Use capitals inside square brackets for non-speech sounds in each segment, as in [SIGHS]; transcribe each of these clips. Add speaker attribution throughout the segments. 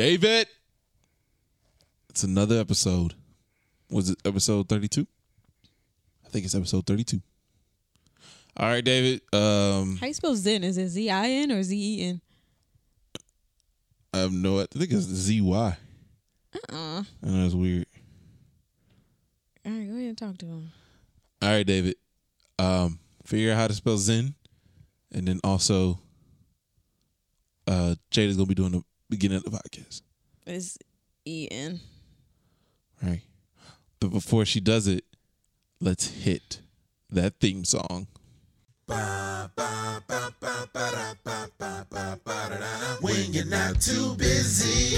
Speaker 1: David. It's another episode. Was it episode 32? I think it's episode 32. All right, David. Um
Speaker 2: How you spell Zen? Is it Z I N or Z E N?
Speaker 1: I have no I think it's ZY. I
Speaker 2: Uh-uh. All
Speaker 1: know it's weird.
Speaker 2: right, go ahead and talk to him.
Speaker 1: All right, David. Um figure out how to spell Zen and then also uh Jada's going to be doing the beginning of the podcast.
Speaker 2: It's E N.
Speaker 1: Right. But before she does it, let's hit that theme song.
Speaker 3: when you're not too busy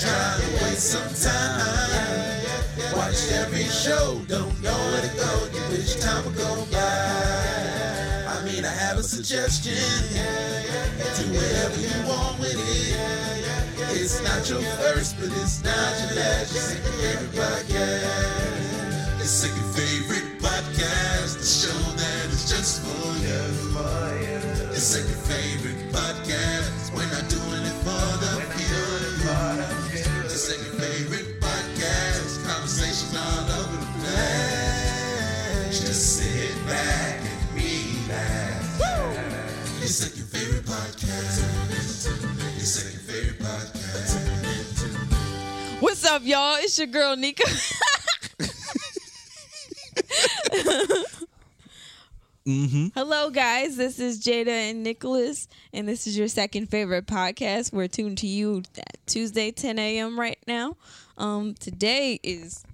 Speaker 3: trying to waste some time. Watched every show, don't know where to go. You wish time would go by. I mean, I have a suggestion. Do whatever you want with it. It's not your first, but it's not your last. Your second favorite podcast. Your second favorite podcast. The show that is just for you. Your second favorite podcast. We're not doing it for the view. Your second favorite podcast. Conversation all over the place. Just sit back and relax. Your second favorite podcast. Your second favorite podcast.
Speaker 2: What's up, y'all? It's your girl Nika. [LAUGHS]
Speaker 1: Mm-hmm.
Speaker 2: Hello, guys. This is Jada and Nicholas, and this is your second favorite podcast. We're tuned to you at Tuesday, 10 a.m. right now. Um, today is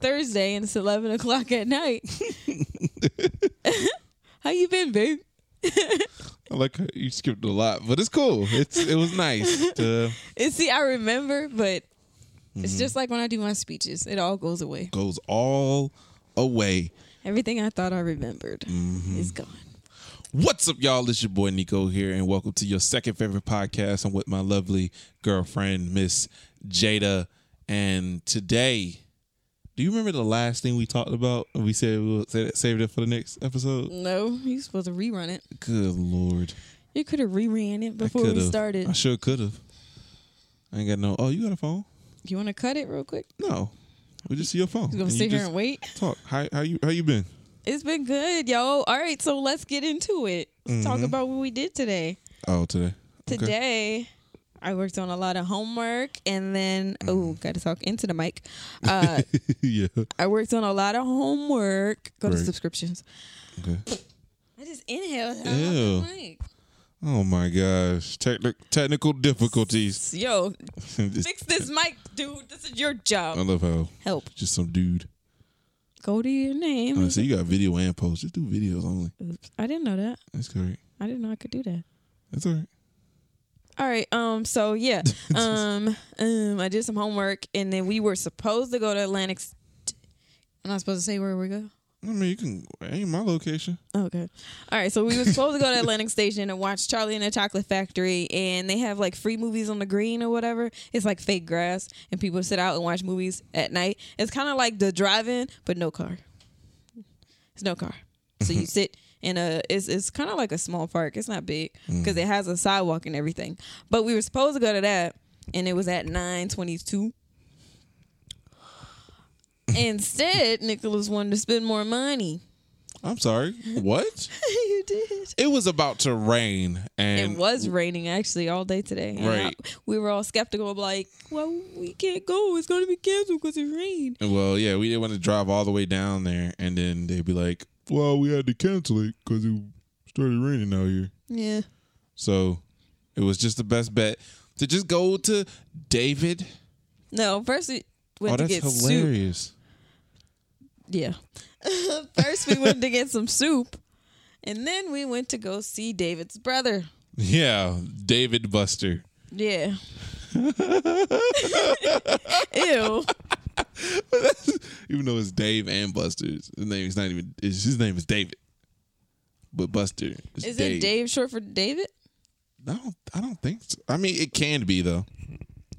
Speaker 2: Thursday, and it's 11 o'clock at night. [LAUGHS] How you been, babe?
Speaker 1: I like how you skipped a lot, but it's cool. It's it was
Speaker 2: [LAUGHS]
Speaker 1: nice. to
Speaker 2: And see, I remember, but it's
Speaker 1: Mm-hmm.
Speaker 2: just like when I do my speeches; it all goes away.
Speaker 1: goes all away.
Speaker 2: Everything I thought I remembered
Speaker 1: Mm-hmm.
Speaker 2: is gone.
Speaker 1: What's up, y'all? It's your boy Nico here, and welcome to your second favorite podcast. I'm with my lovely girlfriend, Miss Jada. And today, do you remember the last thing we talked about? We said we'll sa- save it for the next episode.
Speaker 2: No, you're supposed to rerun it.
Speaker 1: Good lord.
Speaker 2: You could have reran it
Speaker 1: I
Speaker 2: before we
Speaker 1: could've.
Speaker 2: started.
Speaker 1: I sure could have. I ain't got no. Oh, you got a phone?
Speaker 2: you want to cut it real quick?
Speaker 1: No, we just see your phone.
Speaker 2: You gonna
Speaker 1: And
Speaker 2: sit here
Speaker 1: just
Speaker 2: and wait?
Speaker 1: talk. How how you how you been?
Speaker 2: It's been good, yo. All right, so let's get into it. Let's talk about what we did today.
Speaker 1: Oh, today. Mm-hmm. Okay.
Speaker 2: Today, I worked on a lot of homework, and then
Speaker 1: Mm-hmm.
Speaker 2: oh, gotta talk into the mic.
Speaker 1: [LAUGHS]
Speaker 2: Uh,
Speaker 1: yeah.
Speaker 2: I worked on a lot of homework. Go to
Speaker 1: Great.
Speaker 2: subscriptions.
Speaker 1: Okay.
Speaker 2: I just inhaled.
Speaker 1: Ew. Oh my gosh, Techni- technical difficulties. [LAUGHS]
Speaker 2: Yo,
Speaker 1: Just-
Speaker 2: fix this mic, dude. This is your
Speaker 1: I
Speaker 2: job.
Speaker 1: love how
Speaker 2: Help.
Speaker 1: just some dude.
Speaker 2: Go to your name.
Speaker 1: Uh, so you got video and post. Just do videos only.
Speaker 2: Oops, I didn't know that.
Speaker 1: That's correct.
Speaker 2: I didn't know I could do that.
Speaker 1: That's all right.
Speaker 2: All right. Um. So yeah. Um. Um. I did some homework, and then we were supposed to go to Atlantic. St- I'm not supposed to say where we go.
Speaker 1: I mean, you can. Ain't my location.
Speaker 2: Okay. All right. So we were supposed to go to Atlantic Station and watch Charlie and the Chocolate Factory, and they have like free movies on the green or whatever. It's like fake grass, and people sit out and watch movies at night. It's kind of like the drive-in, but no car. It's no car. So [LAUGHS] you sit in a. It's it's kind of like a small park. It's not big because it has a sidewalk and everything. But we were supposed to go to that, and it was at nine [LAUGHS] twenty-two. Instead, Nicholas wanted to spend more money.
Speaker 1: I'm sorry. What?
Speaker 2: [LAUGHS] you did.
Speaker 1: it was about to rain, and
Speaker 2: it was raining actually all day today. And
Speaker 1: Right.
Speaker 2: I- we were all skeptical, of like, well, we can't go. It's going to be canceled because it rained.
Speaker 1: Well, yeah, we didn't want to drive all the way down there, and then they'd be like, "Well, we had to cancel it because it started raining out here."
Speaker 2: Yeah.
Speaker 1: So it was just the best bet to just go to David.
Speaker 2: No, first we
Speaker 1: Oh,
Speaker 2: went to
Speaker 1: that's
Speaker 2: get soup.
Speaker 1: hilarious!
Speaker 2: Yeah. [LAUGHS] first we went to get some soup, and then we went to go see David's brother.
Speaker 1: Yeah, David Buster. [LAUGHS]
Speaker 2: Yeah. [LAUGHS] Ew.
Speaker 1: Even though it's Dave and Buster's, his name is not even. It's, his name is David, but Buster is,
Speaker 2: Is
Speaker 1: Dave.
Speaker 2: it Dave short for David?
Speaker 1: I don't. I don't think. So. I mean, it can be though.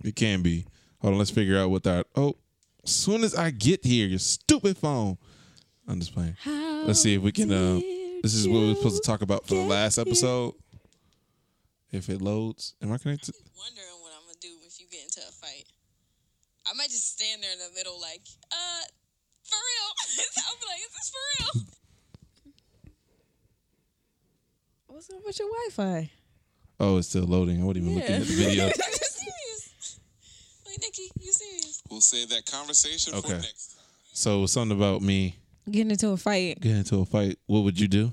Speaker 1: It can be. Hold on. Let's figure out what that. Oh, soon as I get here, your stupid phone. I'm just playing.
Speaker 2: How
Speaker 1: Let's see if we can. Uh,
Speaker 2: did
Speaker 1: this is what we are supposed
Speaker 2: you
Speaker 1: to talk about for the
Speaker 2: get
Speaker 1: last
Speaker 2: here?
Speaker 1: episode. If it loads, am I connected?
Speaker 2: wondering what I'm gonna
Speaker 4: do if you get into a fight. I might just stand there in the middle, like, uh, for real. [LAUGHS] I'll be like, is this for real?
Speaker 2: What's up with your Wi-Fi?
Speaker 1: Oh, it's still loading. I wasn't even looking
Speaker 2: Yeah.
Speaker 1: at the
Speaker 2: [LAUGHS]
Speaker 1: video.
Speaker 4: Are you serious? Like, Nikki, you serious?
Speaker 5: We'll save that conversation for
Speaker 1: Okay.
Speaker 5: next time.
Speaker 1: so something about me
Speaker 2: Getting into a fight.
Speaker 1: getting into a fight. What would you do?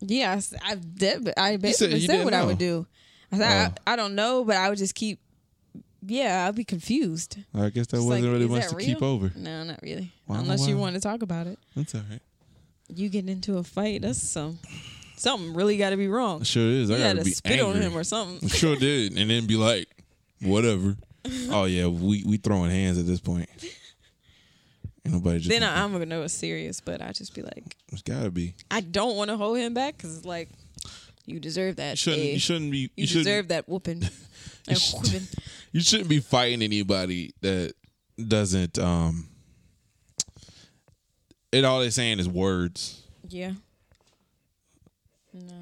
Speaker 2: Yeah, I s- I, did. I
Speaker 1: said
Speaker 2: basically
Speaker 1: you
Speaker 2: said,
Speaker 1: didn't
Speaker 2: what I
Speaker 1: know. Oh.
Speaker 2: would do. I said, I, I don't know, but I would just keep. Yeah, I'd be confused.
Speaker 1: I guess that
Speaker 2: Just
Speaker 1: wasn't
Speaker 2: like,
Speaker 1: really
Speaker 2: is
Speaker 1: much
Speaker 2: that
Speaker 1: to keep
Speaker 2: real?
Speaker 1: over.
Speaker 2: No, not really.
Speaker 1: Wow,
Speaker 2: Unless you
Speaker 1: wow.
Speaker 2: want to talk about it.
Speaker 1: That's all right.
Speaker 2: You get into a fight. That's some. Something really got to be wrong.
Speaker 1: Sure is. I
Speaker 2: you
Speaker 1: gotta
Speaker 2: gotta
Speaker 1: be
Speaker 2: spit
Speaker 1: angry.
Speaker 2: on him or
Speaker 1: [LAUGHS]
Speaker 2: something.
Speaker 1: Sure did, and then be like,
Speaker 2: [LAUGHS]
Speaker 1: whatever. oh yeah, we we throwing hands at this point. Ain't nobody just.
Speaker 2: then I, I'm gonna know it's serious, but I just be like,
Speaker 1: it's gotta be.
Speaker 2: I don't want to hold him back because it's like, you deserve that.
Speaker 1: You shouldn't.
Speaker 2: eh.
Speaker 1: You shouldn't be. You,
Speaker 2: You
Speaker 1: shouldn't,
Speaker 2: deserve
Speaker 1: [LAUGHS]
Speaker 2: that whooping. That
Speaker 1: should-
Speaker 2: whooping.
Speaker 1: You shouldn't be fighting anybody that doesn't. Um. It all they're saying is words.
Speaker 2: Yeah. No.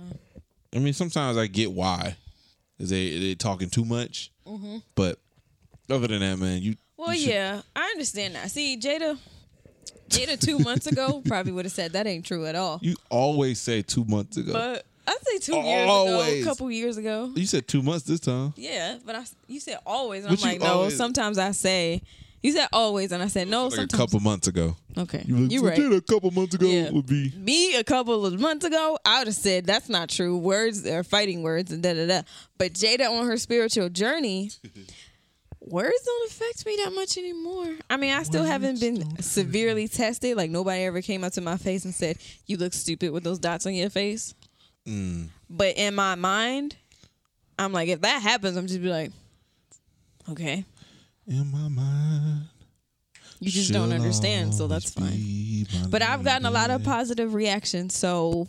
Speaker 1: I mean, sometimes I get why, is they they talking too much. But other than that, man, you.
Speaker 2: Mm-hmm. Well,
Speaker 1: you should-
Speaker 2: yeah, I understand that. See, Jada, Jada two
Speaker 1: [LAUGHS]
Speaker 2: months ago probably would have said that ain't true at all.
Speaker 1: You always say two months ago.
Speaker 2: But I say two years
Speaker 1: Always.
Speaker 2: ago, a couple years ago.
Speaker 1: you said two months this time.
Speaker 2: Yeah, but I, you said always, and
Speaker 1: But
Speaker 2: I'm
Speaker 1: you
Speaker 2: like, no.
Speaker 1: always-
Speaker 2: Sometimes I say, you said always, and I said no.
Speaker 1: Like a
Speaker 2: sometimes,
Speaker 1: couple months ago.
Speaker 2: okay,
Speaker 1: You
Speaker 2: you right.
Speaker 1: did a couple months ago
Speaker 2: Yeah.
Speaker 1: would be
Speaker 2: me a couple of months ago, I would have said that's not true. Words are fighting words and da da da. But Jada on her spiritual journey, words don't affect me that much anymore. I mean, I still haven't been severely tested. Like nobody ever came up to my face and said, "You look stupid with those dots on your face." But in my mind, I'm like, if that happens, I'm just be like, okay,
Speaker 1: in my mind.
Speaker 2: you just don't
Speaker 1: she'll
Speaker 2: understand, so
Speaker 1: always
Speaker 2: that's fine.
Speaker 1: be my
Speaker 2: But I've gotten a lot of
Speaker 1: lady.
Speaker 2: positive reactions, so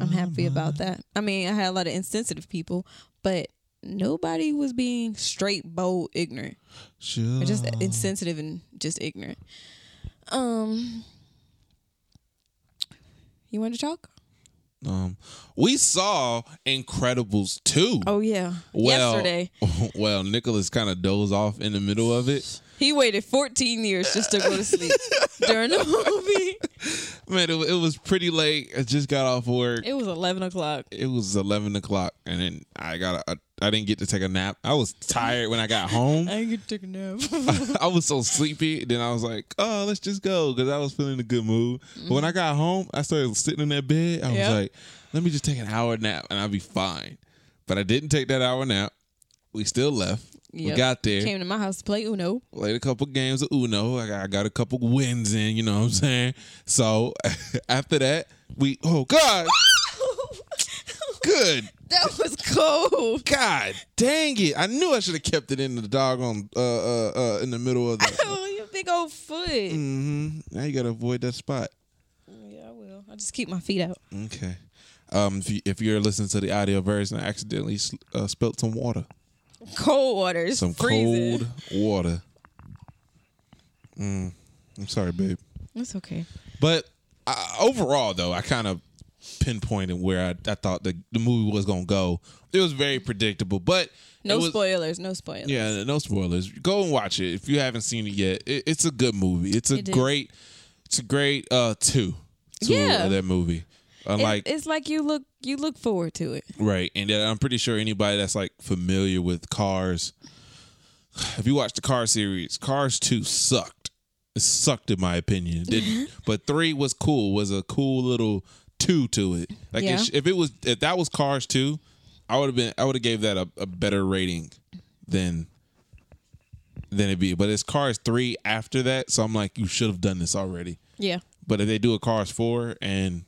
Speaker 2: I'm happy about that. I mean, I had a lot of insensitive people, but nobody was being straight, bold, ignorant.
Speaker 1: She'll
Speaker 2: Or just insensitive and just ignorant. Um, you want to talk?
Speaker 1: Um, we saw Incredibles two.
Speaker 2: Oh yeah,
Speaker 1: well,
Speaker 2: yesterday
Speaker 1: [LAUGHS] well, Nicholas kind of dozed off in the middle of it.
Speaker 2: he waited 14 years just to go to sleep during the movie.
Speaker 1: Man, it, wa- it was pretty late. I just got off work. It,
Speaker 2: It was 11 o'clock.
Speaker 1: was eleven o'clock, and then I got a, I didn't get to take a nap. I was tired when I got home. [LAUGHS]
Speaker 2: I could take a nap.
Speaker 1: I was so sleepy. Then I was like, oh, let's just go because I was feeling in a good mood. But when I got home, I started sitting in that bed. I
Speaker 2: Yeah.
Speaker 1: was like, let me just take an hour nap and I'll be fine. But I didn't take that hour nap. We still left. We
Speaker 2: Yep.
Speaker 1: got there,
Speaker 2: Came to my house to play Uno. [LAUGHS]
Speaker 1: played a couple games of Uno. I got, I got a couple wins in, you know what I'm saying? So [LAUGHS] after that, we, oh God, good
Speaker 2: that was cold.
Speaker 1: God dang it. I knew I should have kept it in the doggone, uh, uh, uh, in the middle of the. [LAUGHS]
Speaker 2: Oh, your big old foot. Oh,
Speaker 1: hmm Now you gotta avoid that spot.
Speaker 2: Yeah, I will. I just keep my feet out.
Speaker 1: Okay. Um, if, you, if you're listening to the audio version, I accidentally s- uh, spilt some water,
Speaker 2: Cold water. It's
Speaker 1: some
Speaker 2: freezing.
Speaker 1: cold water. Mm, I'm sorry, babe.
Speaker 2: It's okay.
Speaker 1: But I, overall, though, I kind of pinpointed where I, I thought the, the movie was gonna go. It was very predictable, but
Speaker 2: No
Speaker 1: it was,
Speaker 2: spoilers. No spoilers.
Speaker 1: Yeah, no spoilers. Go and watch it if you haven't seen it yet. It, it's a good movie. It's a
Speaker 2: It is.
Speaker 1: great, it's a great uh two, two
Speaker 2: Yeah.
Speaker 1: of that movie.
Speaker 2: It-
Speaker 1: Unlike
Speaker 2: it's like you look you look forward to it.
Speaker 1: Right. And then I'm pretty sure anybody that's like familiar with cars, [SIGHS] if you watch the car series, Cars 2 sucked. It sucked in my opinion. It didn't. but 3 was cool, was a cool little 2 to it. Like
Speaker 2: Yeah.
Speaker 1: if, if it was if that was Cars 2, I would have been I would have gave that a, a better rating than than it be. But it's Cars 3 after that, so I'm like you should have done this already.
Speaker 2: Yeah.
Speaker 1: But if they do a Cars 4 and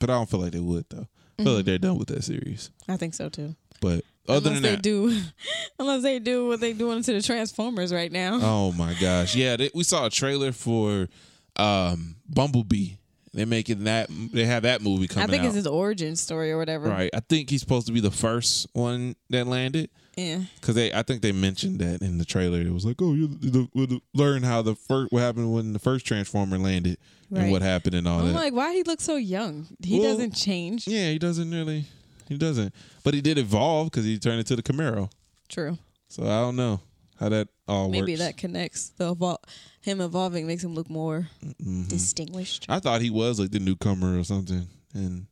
Speaker 1: but I don't feel like they would though. I feel like they're done with that series.
Speaker 2: I think so too.
Speaker 1: But other
Speaker 2: unless
Speaker 1: than
Speaker 2: they
Speaker 1: that,
Speaker 2: do [LAUGHS] unless they do what they doing to the Transformers right now.
Speaker 1: oh my gosh, yeah, they, we saw a trailer for um, Bumblebee. They're making that. They have that movie
Speaker 2: I
Speaker 1: coming
Speaker 2: think
Speaker 1: out.
Speaker 2: it's his origin story or whatever.
Speaker 1: right. I think he's supposed to be the first one that landed
Speaker 2: Yeah.
Speaker 1: because they. I think they mentioned that in the trailer. It was like, oh, you the, the, the, learn how the first what happened when the first Transformer landed
Speaker 2: Right. Oh
Speaker 1: and what happened and all
Speaker 2: I'm
Speaker 1: that.
Speaker 2: like, why he looks so young? He
Speaker 1: Well-
Speaker 2: doesn't change.
Speaker 1: yeah, he doesn't really. He doesn't, but he did evolve because he turned into the Camaro.
Speaker 2: True.
Speaker 1: So I don't know how that all
Speaker 2: Maybe
Speaker 1: works.
Speaker 2: that connects the evol- him evolving makes him look more
Speaker 1: Mm-hmm.
Speaker 2: distinguished.
Speaker 1: I thought he was like the newcomer or something, and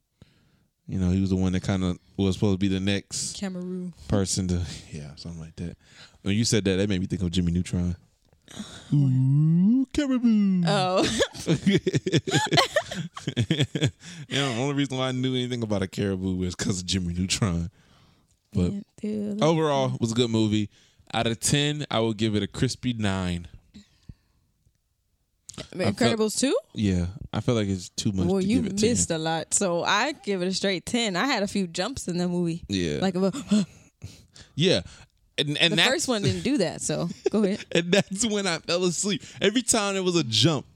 Speaker 1: you know he was the one that kind of was supposed to be the next
Speaker 2: Cameroon.
Speaker 1: person to [LAUGHS] yeah something like that. When you said that, that made me think of Jimmy Neutron. Ooh, Caribou.
Speaker 2: Oh,
Speaker 1: [LAUGHS] you know, the only reason why I knew anything about a caribou was because of Jimmy Neutron.
Speaker 2: [LAUGHS]
Speaker 1: But Oh,
Speaker 2: Dude,
Speaker 1: overall, it was a good movie. Out of 10, I would give it a crispy nine.
Speaker 2: Incredibles two.
Speaker 1: Yeah, I feel like it's too much.
Speaker 2: Well,
Speaker 1: to
Speaker 2: you
Speaker 1: give it 10.
Speaker 2: missed a lot, so I give it a straight ten. I had a few jumps in the movie,
Speaker 1: Yeah.
Speaker 2: like of [GASPS] a,
Speaker 1: yeah. And, and
Speaker 2: the
Speaker 1: that's,
Speaker 2: first one didn't do that. So go
Speaker 1: [LAUGHS]
Speaker 2: ahead.
Speaker 1: and that's when I fell asleep. Every time there was a jump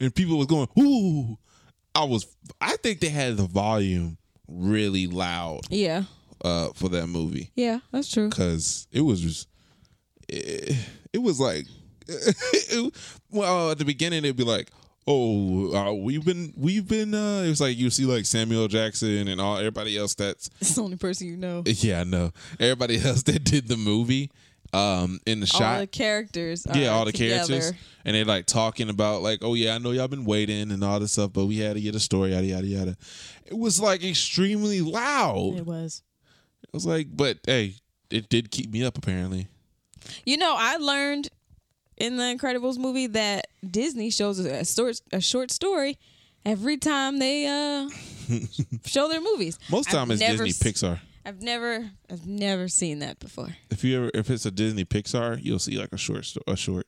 Speaker 1: and people was going, ooh, I was, I think they had the volume really loud
Speaker 2: Yeah,
Speaker 1: uh, for that movie.
Speaker 2: yeah, that's
Speaker 1: [LAUGHS]
Speaker 2: true.
Speaker 1: because it was just it, it was like [LAUGHS] it- well uh, at the beginning it'd be like oh uh, we've been we've been uh it was like you see like samuel jackson and all everybody else that's
Speaker 2: It's the only person you know.
Speaker 1: yeah i know everybody [LAUGHS] else that did the movie um in the
Speaker 2: All
Speaker 1: shot
Speaker 2: the characters. Are
Speaker 1: yeah all the
Speaker 2: uh, together.
Speaker 1: characters and they like talking about like oh yeah i know y'all been waiting and all this stuff but we had to get a story yada yada yada it was like extremely loud
Speaker 2: It was.
Speaker 1: i was like but hey it did keep me up apparently
Speaker 2: You know, I learned in the Incredibles movie that Disney shows a short, a short story every time they
Speaker 1: [LAUGHS]
Speaker 2: uh, show their movies.
Speaker 1: Most
Speaker 2: I've
Speaker 1: time it's
Speaker 2: never
Speaker 1: Disney
Speaker 2: s-
Speaker 1: Pixar.
Speaker 2: I've never, I've never seen that before.
Speaker 1: If you ever if it's a Disney Pixar, you'll see like a short sto- a short.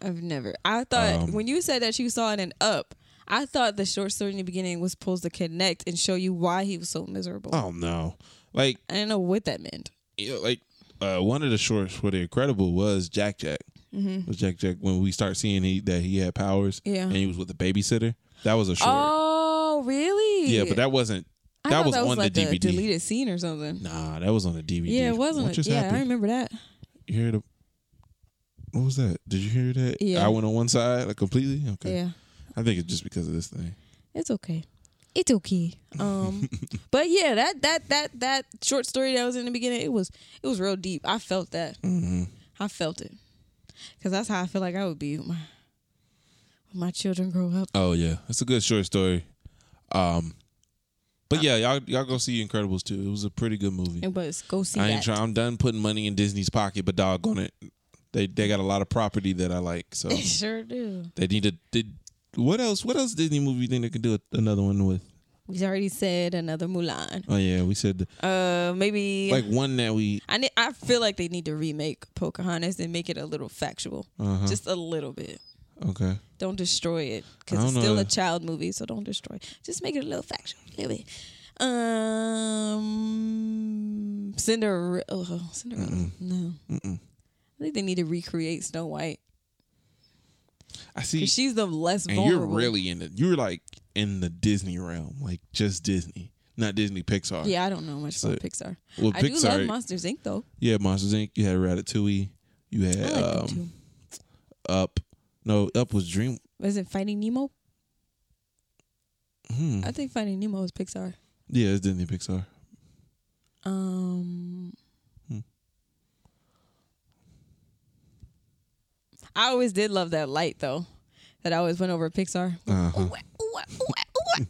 Speaker 2: I've never. I thought
Speaker 1: Um,
Speaker 2: when you said that you saw it in Up, I thought the short story in the beginning was supposed to connect and show you why he was so miserable.
Speaker 1: Oh no. Like
Speaker 2: I didn't know what that meant.
Speaker 1: you know, like uh, one of the shorts for the Incredible was Jack Jack. Mm-hmm. Was Jack Jack when we start seeing he, that he had powers?
Speaker 2: Yeah.
Speaker 1: and he was with the babysitter. That was a short.
Speaker 2: Oh, really?
Speaker 1: yeah, but that wasn't.
Speaker 2: I
Speaker 1: That
Speaker 2: thought
Speaker 1: was
Speaker 2: that was
Speaker 1: on
Speaker 2: like
Speaker 1: the
Speaker 2: a
Speaker 1: DVD.
Speaker 2: deleted scene or something.
Speaker 1: Nah, that was on the DVD.
Speaker 2: Yeah, it
Speaker 1: What
Speaker 2: wasn't.
Speaker 1: just
Speaker 2: Yeah, I
Speaker 1: happened?
Speaker 2: remember that.
Speaker 1: You hear the. What was that? Did you hear that?
Speaker 2: Yeah.
Speaker 1: I went on one side like completely. Okay.
Speaker 2: Yeah.
Speaker 1: I think it's just because of this thing.
Speaker 2: It's okay. It's okay.
Speaker 1: [LAUGHS]
Speaker 2: Um, but yeah, that that that that short story that was in the beginning, it was it was real deep. I felt that.
Speaker 1: Mm-hmm.
Speaker 2: I felt it, cause that's how I feel like I would be when my, when my children grow up.
Speaker 1: Oh yeah, it's a good short story. Um, but yeah, y'all y'all go see Incredibles too. It was a pretty good movie.
Speaker 2: And but go see
Speaker 1: I
Speaker 2: that.
Speaker 1: ain't try, I'm done putting money in Disney's pocket, but dog on it, they they got a lot of property that I like.
Speaker 2: [LAUGHS]
Speaker 1: So
Speaker 2: They sure do.
Speaker 1: they need to. Did, what else? What else Disney movie you think they could do another one with?
Speaker 2: We already said another Mulan.
Speaker 1: Oh yeah, we said
Speaker 2: Uh, maybe
Speaker 1: like one that we.
Speaker 2: I ne- I feel like they need to remake Pocahontas and make it a little factual,
Speaker 1: Uh-huh.
Speaker 2: just a little bit.
Speaker 1: Okay,
Speaker 2: Don't destroy
Speaker 1: I
Speaker 2: it because
Speaker 1: don't
Speaker 2: it's
Speaker 1: know
Speaker 2: still a
Speaker 1: that-
Speaker 2: child movie. So don't destroy. Just make it a little factual, a little bit. Um, Cinderella. Oh, Cinderella. No, I think they need to recreate Snow White
Speaker 1: I see.
Speaker 2: because she's the less
Speaker 1: And
Speaker 2: vulnerable.
Speaker 1: you're really in the you're like in the Disney realm, like just Disney, not Disney Pixar.
Speaker 2: yeah. I don't know much
Speaker 1: So-
Speaker 2: about Pixar.
Speaker 1: well,
Speaker 2: I do love
Speaker 1: Pixar-
Speaker 2: Monsters Inc. though.
Speaker 1: Yeah, Monsters Inc. You had Ratatouille. You had
Speaker 2: I like them
Speaker 1: um,
Speaker 2: too.
Speaker 1: Up. No, Up was Dream.
Speaker 2: Was it Finding Nemo?
Speaker 1: Hmm.
Speaker 2: I think Finding Nemo is Pixar.
Speaker 1: Yeah, it's Disney Pixar.
Speaker 2: Um, I always did love that light though. That I always went over Pixar.
Speaker 1: Uh-huh.
Speaker 2: [LAUGHS] Ooh, ooh, ooh,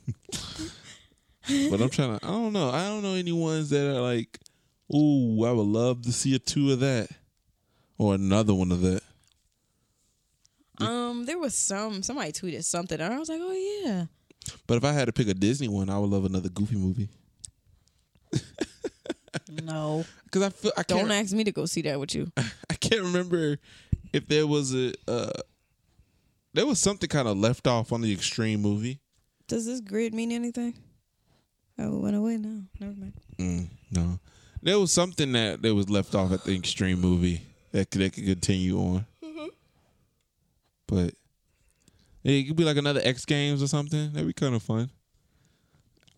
Speaker 2: ooh.
Speaker 1: but I'm trying to. I don't know. I don't know any ones that are like, ooh, I would love to see a two of that, or another one of that.
Speaker 2: um, there was some somebody tweeted something, and I was like, oh yeah.
Speaker 1: But if I had to pick a Disney one, I would love another Goofy movie.
Speaker 2: No,
Speaker 1: Because I feel I
Speaker 2: don't
Speaker 1: can't.
Speaker 2: ask me to go see that with you.
Speaker 1: [LAUGHS] I can't remember if there was a. Uh, there was something kind of left off on the extreme movie.
Speaker 2: [LAUGHS] Does this grid mean anything? Oh, it went away now. Never mind.
Speaker 1: Mm, no, there was something that that was left off at the extreme movie that could, that could continue on, but it could be like another X Games or something. That'd be kind of fun.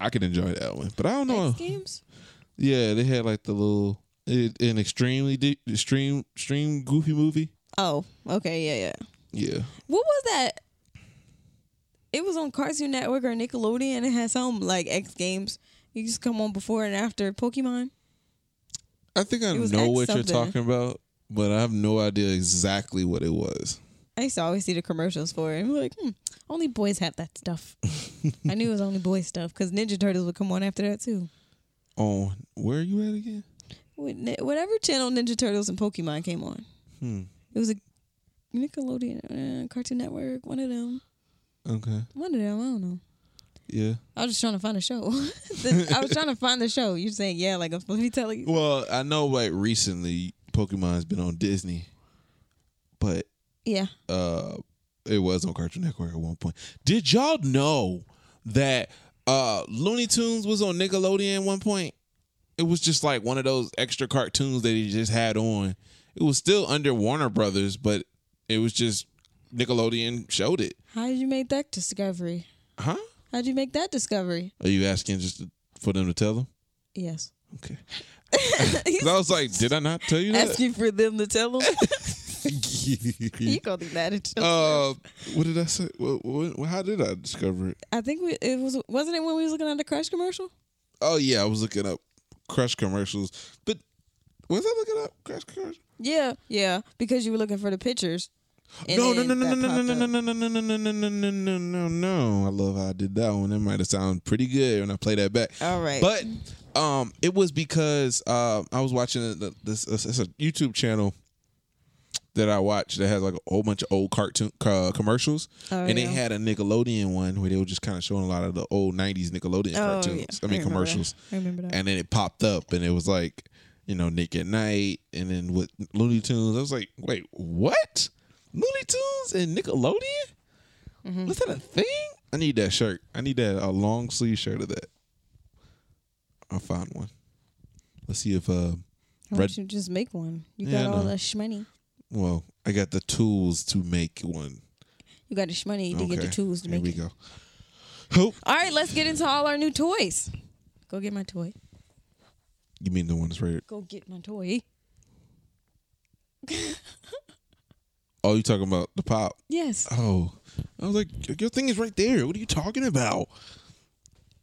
Speaker 1: I could enjoy that one, but I don't know.
Speaker 2: X Games.
Speaker 1: Yeah, they had like the little it, an extremely deep, extreme extreme goofy movie.
Speaker 2: Oh, okay, yeah, yeah.
Speaker 1: Yeah,
Speaker 2: What was that? It was on Cartoon Network or Nickelodeon. It had some like X Games. You just come on before and after Pokemon.
Speaker 1: I think I
Speaker 2: It was
Speaker 1: know
Speaker 2: X
Speaker 1: what you're
Speaker 2: something.
Speaker 1: talking about. but I have no idea exactly what it was.
Speaker 2: I used to always see the commercials for it. I'm like, hmm, only boys have that stuff. I knew it was only boy stuff because Ninja Turtles would come on after that too.
Speaker 1: On where are you at again?
Speaker 2: Wh- Whatever channel Ninja Turtles and Pokemon came on,
Speaker 1: Hmm.
Speaker 2: it was a Nickelodeon, uh, Cartoon Network, one of them,
Speaker 1: Okay.
Speaker 2: one of them. I don't know.
Speaker 1: Yeah.
Speaker 2: I was just trying to find a show. [LAUGHS] The- I was trying to find the show. You're saying yeah, like I'm supposed to be telling you.
Speaker 1: Well, I know like recently Pokemon's been on Disney, but
Speaker 2: Yeah,
Speaker 1: uh it was on Cartoon Network at one point. Did y'all know that uh Looney Tunes was on Nickelodeon at one point? It was just like one of those extra cartoons that he just had on. It was still under Warner Brothers, but it was just Nickelodeon showed it.
Speaker 2: how did you make that discovery?
Speaker 1: Huh?
Speaker 2: How'd you make that discovery?
Speaker 1: Are you asking just to, for them to tell them?
Speaker 2: Yes.
Speaker 1: Okay.
Speaker 2: [LAUGHS]
Speaker 1: 'Cause I was like, did I not tell you that?
Speaker 2: Asking for them to
Speaker 1: [LAUGHS]
Speaker 2: tell them. [LAUGHS] you gonna be mad at yourself.
Speaker 1: uh, what did I say? What, what, how did I discover it?
Speaker 2: I think we, it was wasn't it when we was looking at the Crush commercial?
Speaker 1: Oh yeah, I was looking up Crush commercials, but was I looking up Crush commercials?
Speaker 2: Yeah, yeah, because you were looking for the pictures. and
Speaker 1: No, no,
Speaker 2: then
Speaker 1: no, no, no,
Speaker 2: that
Speaker 1: no,
Speaker 2: popped
Speaker 1: no, no,
Speaker 2: up.
Speaker 1: no, no, no, no, no, no, no, no, no, no, no. I love how I did that one. That might have sounded pretty good when I play that back.
Speaker 2: All right.
Speaker 1: but um, it was because um, I was watching the- the- this. It's a YouTube channel that I watch that has like a whole bunch of old cartoon uh, commercials,
Speaker 2: Oh,
Speaker 1: and
Speaker 2: yeah.
Speaker 1: they had a Nickelodeon one where they were just kind of showing a lot of the old '90s Nickelodeon
Speaker 2: Oh,
Speaker 1: cartoons.
Speaker 2: yeah.
Speaker 1: I mean
Speaker 2: remember that.
Speaker 1: commercials.
Speaker 2: I remember that.
Speaker 1: and then it popped up and it was like you know nick at night and then with looney tunes i was like wait what looney tunes and nickelodeon
Speaker 2: Mm-hmm.
Speaker 1: was that a thing i need that shirt i need that a long sleeve shirt of that i'll find one let's see if uh
Speaker 2: Why
Speaker 1: red
Speaker 2: don't you just make one? You
Speaker 1: Yeah,
Speaker 2: got
Speaker 1: I
Speaker 2: all
Speaker 1: know.
Speaker 2: the shmoney.
Speaker 1: well i got the tools to make one
Speaker 2: You got the shmoney to get the tools to
Speaker 1: here
Speaker 2: make
Speaker 1: we
Speaker 2: it.
Speaker 1: go Who?
Speaker 2: All right, let's get into all our new toys. Go get my toy.
Speaker 1: you mean the one that's rated
Speaker 2: Go get my toy.
Speaker 1: oh you talking about the pop
Speaker 2: Yes.
Speaker 1: oh i was like your thing is right there what are you talking about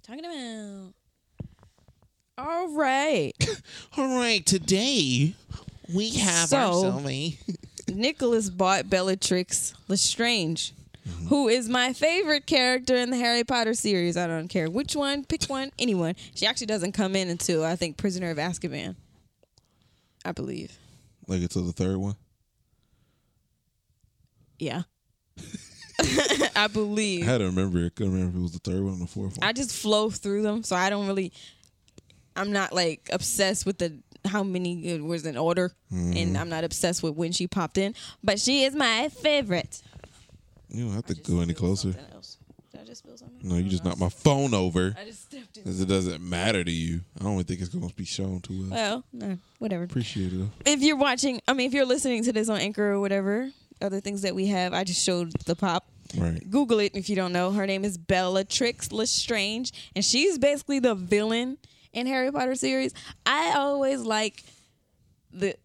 Speaker 2: Talking about. All right. [LAUGHS]
Speaker 1: All right, today we have
Speaker 2: So-
Speaker 1: ourselves a
Speaker 2: Nicholas bought Bellatrix Lestrange, who is my favorite character in the Harry Potter series. I don't care which one, pick one, anyone. She actually doesn't come in until I think Prisoner of Azkaban. I believe.
Speaker 1: like it's the third one.
Speaker 2: Yeah. [LAUGHS] I
Speaker 1: I
Speaker 2: believe.
Speaker 1: had to remember. it. couldn't remember if it was the third one or the fourth one.
Speaker 2: I just flow through them, so I don't really I'm not like obsessed with the how many it was in order and I'm not obsessed with when she popped in, but she is my favorite.
Speaker 1: you don't have to go any closer.
Speaker 2: Something else. Did I just spill something?
Speaker 1: No, you just knocked my phone over.
Speaker 2: I just stepped in.
Speaker 1: 'cause it doesn't matter to you. I don't think it's going to be shown to us.
Speaker 2: Well, no, whatever.
Speaker 1: Appreciate it. though.
Speaker 2: If you're watching, I mean, if you're listening to this on Anchor or whatever, other things that we have, I just showed the pop.
Speaker 1: Right.
Speaker 2: Google it if you don't know. Her name is Bellatrix Lestrange, and she's basically the villain in Harry Potter series. I always like the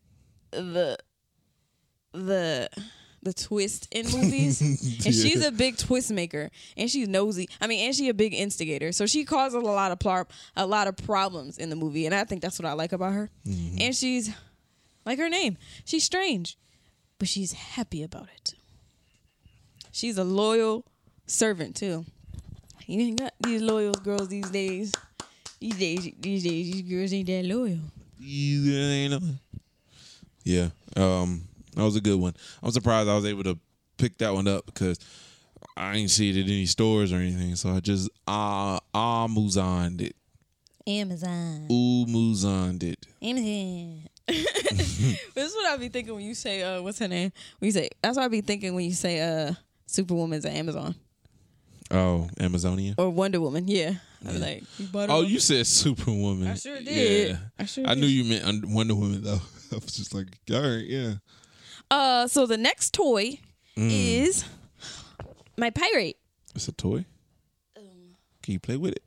Speaker 2: the the the twist in movies. And she's a big twist maker, and she's nosy. I mean, and she a big instigator, so she causes a lot of plarp, a lot of problems in the movie, and I think that's what I like about her. And she's like her name, she's strange, but she's happy about it. She's a loyal servant too. You ain't got these loyal girls these days. These days, these days, these girls ain't that loyal.
Speaker 1: You ain't know. Yeah, um, that was a good one. I'm surprised I was able to pick that one up because I ain't see it at any stores or anything. So I just ah ah muzaned it.
Speaker 2: Amazon.
Speaker 1: Ooh muzaned it.
Speaker 2: Amazon. this is what I be thinking when you say uh, what's her name? When you say that's what I be thinking when you say uh, Superwoman's at Amazon
Speaker 1: Oh, Amazonia.
Speaker 2: or Wonder Woman. Yeah, I'm like you bought her
Speaker 1: Oh,
Speaker 2: off-
Speaker 1: you said Superwoman.
Speaker 2: I sure did.
Speaker 1: Yeah.
Speaker 2: I sure.
Speaker 1: I
Speaker 2: did.
Speaker 1: knew you meant un- Wonder Woman though. [LAUGHS] I was just like, all right, yeah.
Speaker 2: Uh, so the next toy
Speaker 1: Mm.
Speaker 2: is my pirate.
Speaker 1: It's a toy.
Speaker 2: Um.
Speaker 1: Can you play with it?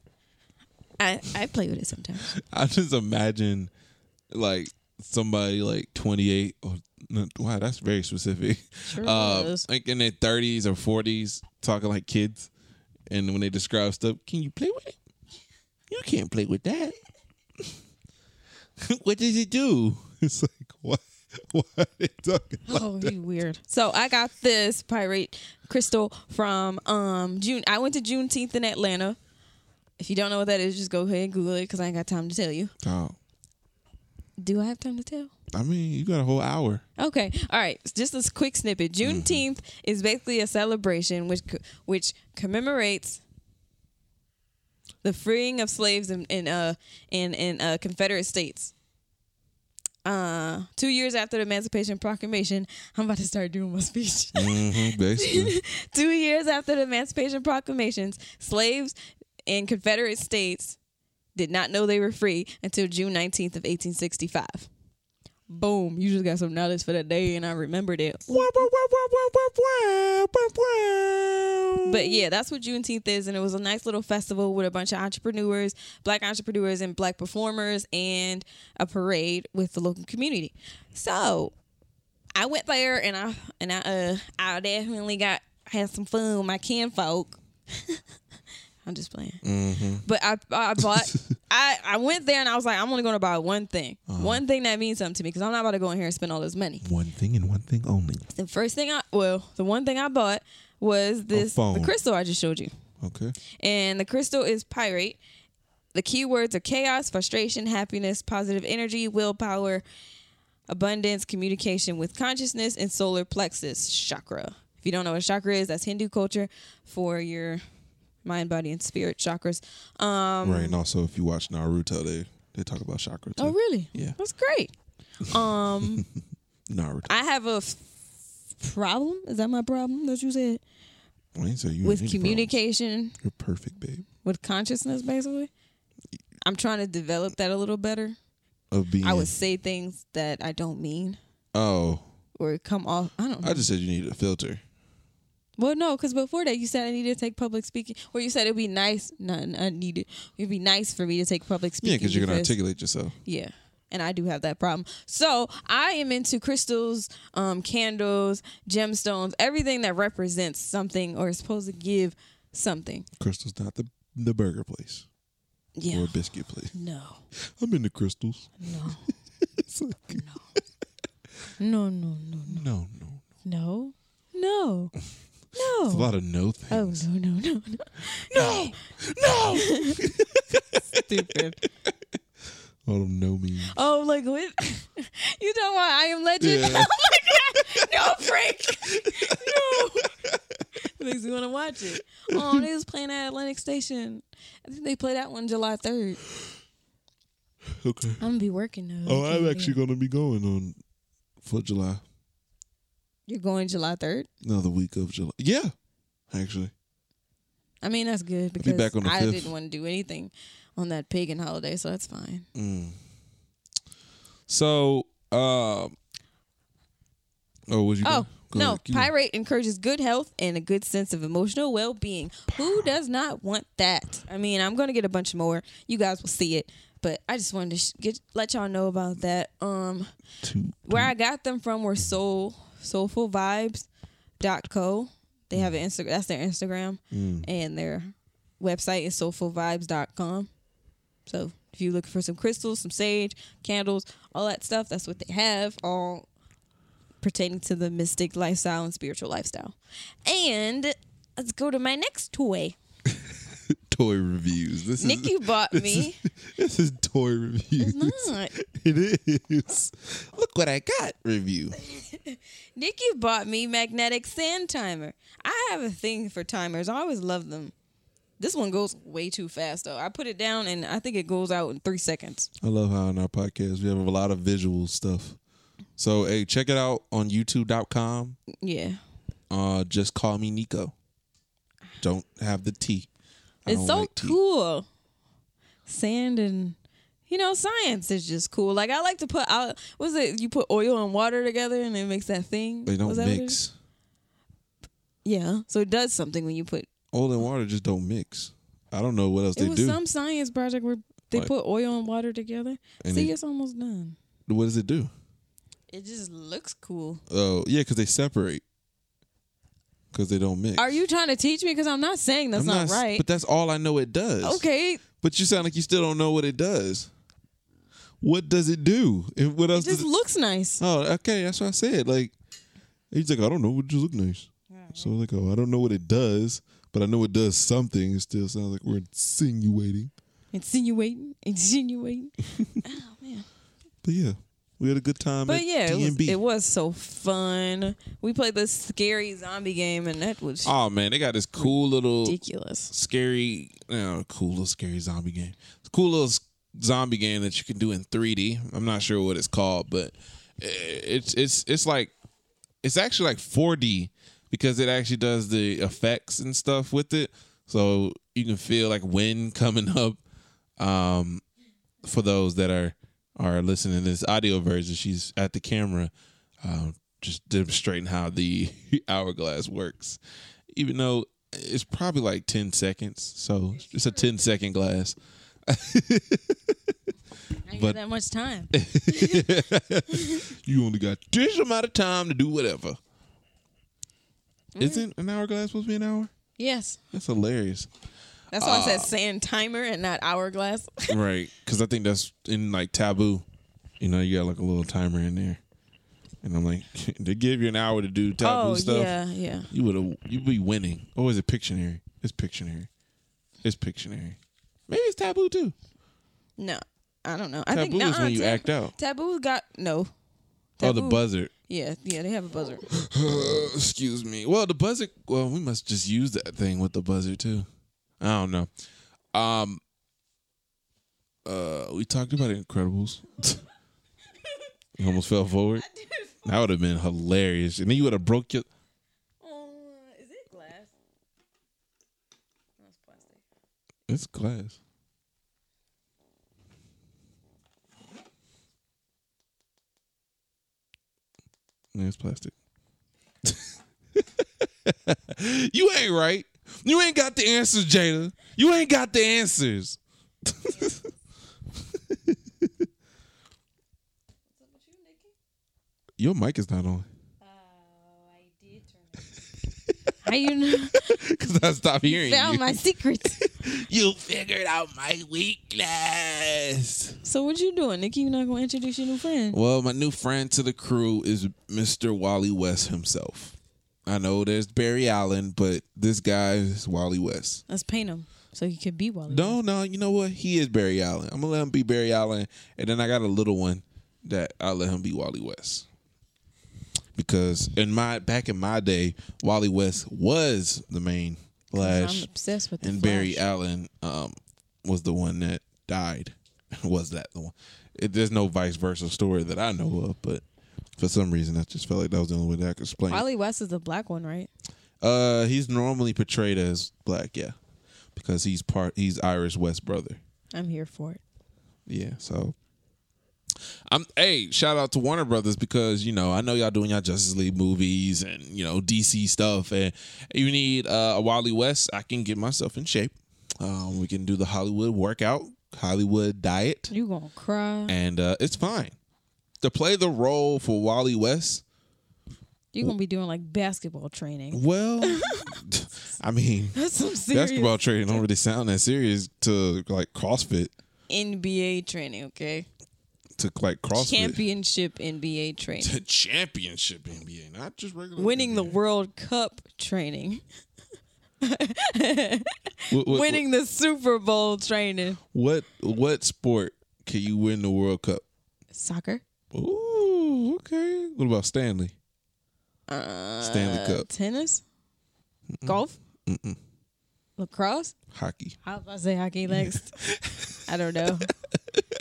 Speaker 2: I I play with it sometimes.
Speaker 1: I just imagine like somebody like 28 or no, wow, that's very specific.
Speaker 2: Sure
Speaker 1: Uh,
Speaker 2: was.
Speaker 1: like in their 30s or 40s, talking like kids, and when they describe stuff, can you play with it? You [LAUGHS] can't play with that. what [LAUGHS] does it do? [LAUGHS] It's like what? Why are they talking like
Speaker 2: [LAUGHS] Oh, you weird. So I got this pirate crystal from um June. I went to Juneteenth in Atlanta. If you don't know what that is, just go ahead and Google it because I ain't got time to tell you.
Speaker 1: Oh,
Speaker 2: Do I have time to tell?
Speaker 1: I mean, you got a whole hour.
Speaker 2: Okay. All right. Just a quick snippet. Juneteenth is basically a celebration which co- which commemorates the freeing of slaves in, in uh in in uh, Confederate states. Uh, two years after the Emancipation Proclamation, I'm about to start doing my speech.
Speaker 1: [LAUGHS] Mm-hmm, basically.
Speaker 2: [LAUGHS] Two years after the Emancipation Proclamations, slaves in Confederate states did not know they were free until June 19th of 1865. Boom, you just got some knowledge for that day, and I remembered it. But yeah, that's what Juneteenth is, and it was a nice little festival with a bunch of entrepreneurs, black entrepreneurs, and black performers, and a parade with the local community. So I went there, and I and I uh I definitely got had some fun with my kinfolk. [LAUGHS] I'm just playing, but I I bought I I went there, and I was like, I'm only going to buy one thing, one thing that means something to me, because I'm not about to go in here and spend all this money.
Speaker 1: one thing and one thing only.
Speaker 2: The first thing I well, the one thing I bought was this the
Speaker 1: phone.
Speaker 2: crystal I just showed you
Speaker 1: Okay.
Speaker 2: and the crystal is pyrite. The keywords are chaos, frustration, happiness, positive energy, willpower, abundance, communication with consciousness, and solar plexus chakra. If you don't know what a chakra is, that's Hindu culture for your mind, body, and spirit chakras. Um,
Speaker 1: Right, and also if you watch Naruto, they they talk about chakra too.
Speaker 2: Oh, really?
Speaker 1: Yeah.
Speaker 2: That's great. Um,
Speaker 1: Naruto.
Speaker 2: I have a f- problem. Is that my problem that you said?
Speaker 1: I ain't say you
Speaker 2: With
Speaker 1: ain't any problems.
Speaker 2: communication,
Speaker 1: You're perfect, babe.
Speaker 2: with consciousness, basically. I'm trying to develop that a little better.
Speaker 1: Of being.
Speaker 2: I would say things that I don't mean
Speaker 1: Oh,
Speaker 2: or come off. I don't know.
Speaker 1: I just said you need a filter.
Speaker 2: well, no, because before that you said I needed to take public speaking, or you said it'd be nice. Not I needed. It'd be nice for me to take public speaking.
Speaker 1: Yeah, because you're gonna
Speaker 2: because-
Speaker 1: articulate yourself.
Speaker 2: Yeah, and I do have that problem. So I am into crystals, um, candles, gemstones, everything that represents something or is supposed to give something.
Speaker 1: Crystal's not the the burger place
Speaker 2: Yeah.
Speaker 1: or biscuit place.
Speaker 2: No.
Speaker 1: I'm into crystals.
Speaker 2: No.
Speaker 1: It's like,
Speaker 2: No. No. No.
Speaker 1: no, no.
Speaker 2: No. No. No.
Speaker 1: [LAUGHS] It's a lot of no
Speaker 2: Oh
Speaker 1: things.
Speaker 2: no no no no no [LAUGHS] stupid
Speaker 1: A lot of no means.
Speaker 2: oh like with [LAUGHS] you talking about I am legend
Speaker 1: Yeah.
Speaker 2: [LAUGHS] oh my god no freak no makes me want to watch it oh they was playing at Atlantic Station I think they play that one July third
Speaker 1: Okay.
Speaker 2: I'm gonna be working though
Speaker 1: Oh,
Speaker 2: I
Speaker 1: I'm
Speaker 2: can't
Speaker 1: actually
Speaker 2: do it.
Speaker 1: gonna be going on for July.
Speaker 2: you're going July third
Speaker 1: No, the week of July. Yeah, actually.
Speaker 2: I mean that's good because
Speaker 1: back on the
Speaker 2: I
Speaker 1: 5th.
Speaker 2: didn't want to do anything on that pagan holiday so that's fine
Speaker 1: So, um, oh, was you?
Speaker 2: Oh,
Speaker 1: gonna- go
Speaker 2: no.
Speaker 1: ahead, keep going.
Speaker 2: Pyrate encourages good health and a good sense of emotional well being. Who does not want that? I mean, I'm going to get a bunch more. You guys will see it. But I just wanted to sh- get let y'all know about that. Um,
Speaker 1: Two.
Speaker 2: where I got them from were soul soulfulvibes.co. They have an Instagram. That's their Instagram,
Speaker 1: Mm.
Speaker 2: and their website is soulfulvibes.com. So if you're looking for some crystals, some sage, candles, all that stuff, that's what they have. All pertaining to the mystic lifestyle and spiritual lifestyle. And let's go to my next toy.
Speaker 1: toy reviews. This
Speaker 2: Nikki
Speaker 1: is
Speaker 2: bought me.
Speaker 1: [LAUGHS] this is toy reviews. [LAUGHS]
Speaker 2: Not.
Speaker 1: It is. Look what I got. Review.
Speaker 2: Nikki bought me magnetic sand timer. I have a thing for timers. I always love them. This one goes way too fast though. I put it down and I think it goes out in three seconds.
Speaker 1: I love how in our podcast we have a lot of visual stuff. So hey, check it out on YouTube.com.
Speaker 2: Yeah.
Speaker 1: Uh, just call me Nico. Don't have the T. I
Speaker 2: It's
Speaker 1: don't
Speaker 2: so
Speaker 1: like tea.
Speaker 2: cool. Sand and you know, science is just cool. Like I like to put out was it you put oil and water together and it makes that thing.
Speaker 1: They don't
Speaker 2: Was that what it is?
Speaker 1: mix.
Speaker 2: Yeah. So it does something when you put
Speaker 1: Oil and water just don't mix. I don't know what else
Speaker 2: it
Speaker 1: they
Speaker 2: was
Speaker 1: do.
Speaker 2: some science project where they
Speaker 1: Like-
Speaker 2: put oil and water together.
Speaker 1: And
Speaker 2: See,
Speaker 1: it-
Speaker 2: it's almost done.
Speaker 1: what does it do?
Speaker 2: It just looks cool.
Speaker 1: Oh, yeah, because they separate. Because they don't mix.
Speaker 2: Are you trying to teach me? Because I'm not saying that's
Speaker 1: I'm
Speaker 2: not,
Speaker 1: s-
Speaker 2: right.
Speaker 1: But that's all I know it does.
Speaker 2: okay.
Speaker 1: But you sound like you still don't know what it does. what does it do? And what else?
Speaker 2: It just
Speaker 1: does it-
Speaker 2: looks nice.
Speaker 1: oh, okay, that's what I said. Like he's like, I don't know, would just look nice. So I was like, oh, I don't know what it does, but I know it does something. It still sounds like we're insinuating.
Speaker 2: Insinuating, insinuating. oh man.
Speaker 1: But yeah, we had a good time.
Speaker 2: But
Speaker 1: at
Speaker 2: yeah, it was,
Speaker 1: D&B.
Speaker 2: it was so fun. We played this scary zombie game, and that was
Speaker 1: Oh man, they got this cool little
Speaker 2: ridiculous.
Speaker 1: scary, you know, cool little scary zombie game. It's a cool little s- zombie game that you can do in 3D. I'm not sure what it's called, but i- it's it's it's like it's actually like 4D because it actually does the effects and stuff with it. So you can feel like wind coming [LAUGHS] up. Um, for those that are are listening to this audio version, she's at the camera, uh, just demonstrating how the [LAUGHS] hourglass works. Even though it's probably like ten seconds, so it's a 10 second glass.
Speaker 2: I
Speaker 1: but- Eh.
Speaker 2: that much time.
Speaker 1: You only got this amount of time to do whatever.
Speaker 2: Mm.
Speaker 1: Isn't an hourglass supposed to be an hour?
Speaker 2: yes,
Speaker 1: That's
Speaker 2: [LAUGHS]
Speaker 1: hilarious,
Speaker 2: that's why I
Speaker 1: Ah.
Speaker 2: said sand timer and not hourglass.
Speaker 1: right? Because I think that's in like taboo. You know, you got like a little timer in there, and I'm like, [LAUGHS] they give you an hour to do taboo
Speaker 2: oh
Speaker 1: stuff.
Speaker 2: yeah, yeah.
Speaker 1: You would have you'd be winning. Or is it Pictionary? It's Pictionary. It's Pictionary. Maybe it's taboo too.
Speaker 2: No, I don't know. I
Speaker 1: Taboo
Speaker 2: think
Speaker 1: is
Speaker 2: nuh-uh,
Speaker 1: when you
Speaker 2: Tab-
Speaker 1: act out.
Speaker 2: Taboo got no.
Speaker 1: Oh, the
Speaker 2: Taboo-
Speaker 1: buzzard.
Speaker 2: Yeah, yeah, they have a [LAUGHS] buzzer.
Speaker 1: Uh, [LAUGHS] excuse me. Well, the buzzard. Well, we must just use that thing with the buzzard too. I don't know. Um. Uh, we talked about Incredibles. [LAUGHS] you almost fell forward. That would have been hilarious, and then you would have broke your.
Speaker 2: Um, is it glass? That's plastic.
Speaker 1: It's glass. Yeah, it's plastic. [LAUGHS] you ain't right. You ain't got the answers, Jada. You ain't got the answers. [LAUGHS] Your mic is not on. [LAUGHS]
Speaker 2: How you [LAUGHS] know?
Speaker 1: Because I stopped hearing
Speaker 2: found
Speaker 1: you.
Speaker 2: my secret.
Speaker 1: you figured out my weakness.
Speaker 2: [LAUGHS] So what you doing, Nikki? You not gonna introduce your new friend?
Speaker 1: Well, my new friend to the crew is Mr. Wally West himself. I know there's Barry Allen, but this guy is Wally West.
Speaker 2: Let's paint him so he could be Wally.
Speaker 1: No, no, you know what? He is Barry Allen. I'm gonna let him be Barry Allen, and then I got a little one that I'll let him be Wally West. Because in my back in my day, Wally West was the main
Speaker 2: I'm
Speaker 1: Flash,
Speaker 2: obsessed with the
Speaker 1: and
Speaker 2: Flash.
Speaker 1: Barry Allen um, was the one that died. [LAUGHS] was that the one? It, there's no vice versa story that I know of, but for some reason, I just felt like that was the only way that I could explain. it.
Speaker 2: Wally West is the black one, right?
Speaker 1: Uh, he's normally portrayed as black, yeah, because he's part. He's Irish West brother.
Speaker 2: I'm here for it.
Speaker 1: Yeah, so I'm hey, shout out to Warner Brothers because you know, I know y'all doing y'all Justice League movies and you know, DC stuff and you need uh, a Wally West, I can get myself in shape. Um, we can do the Hollywood workout, Hollywood diet
Speaker 2: You gonna cry?
Speaker 1: and uh, it's fine. To play the role for Wally West,
Speaker 2: You gonna be doing like
Speaker 1: [LAUGHS]
Speaker 2: basketball training?
Speaker 1: well, I mean,
Speaker 2: That's some serious
Speaker 1: basketball training don't really sound that serious to like CrossFit,
Speaker 2: NBA training, okay?
Speaker 1: to like CrossFit.
Speaker 2: Championship NBA
Speaker 1: [LAUGHS]
Speaker 2: training,
Speaker 1: to championship NBA, not just regular
Speaker 2: winning the
Speaker 1: NBA.
Speaker 2: World Cup training,
Speaker 1: What- what-
Speaker 2: winning the Super Bowl training.
Speaker 1: What what sport can you win the World Cup?
Speaker 2: Soccer,
Speaker 1: Ooh, okay. What about Stanley? Stanley
Speaker 2: uh,
Speaker 1: Cup,
Speaker 2: tennis, golf, lacrosse.
Speaker 1: hockey.
Speaker 2: I was about to say hockey next. [LAUGHS] I don't know.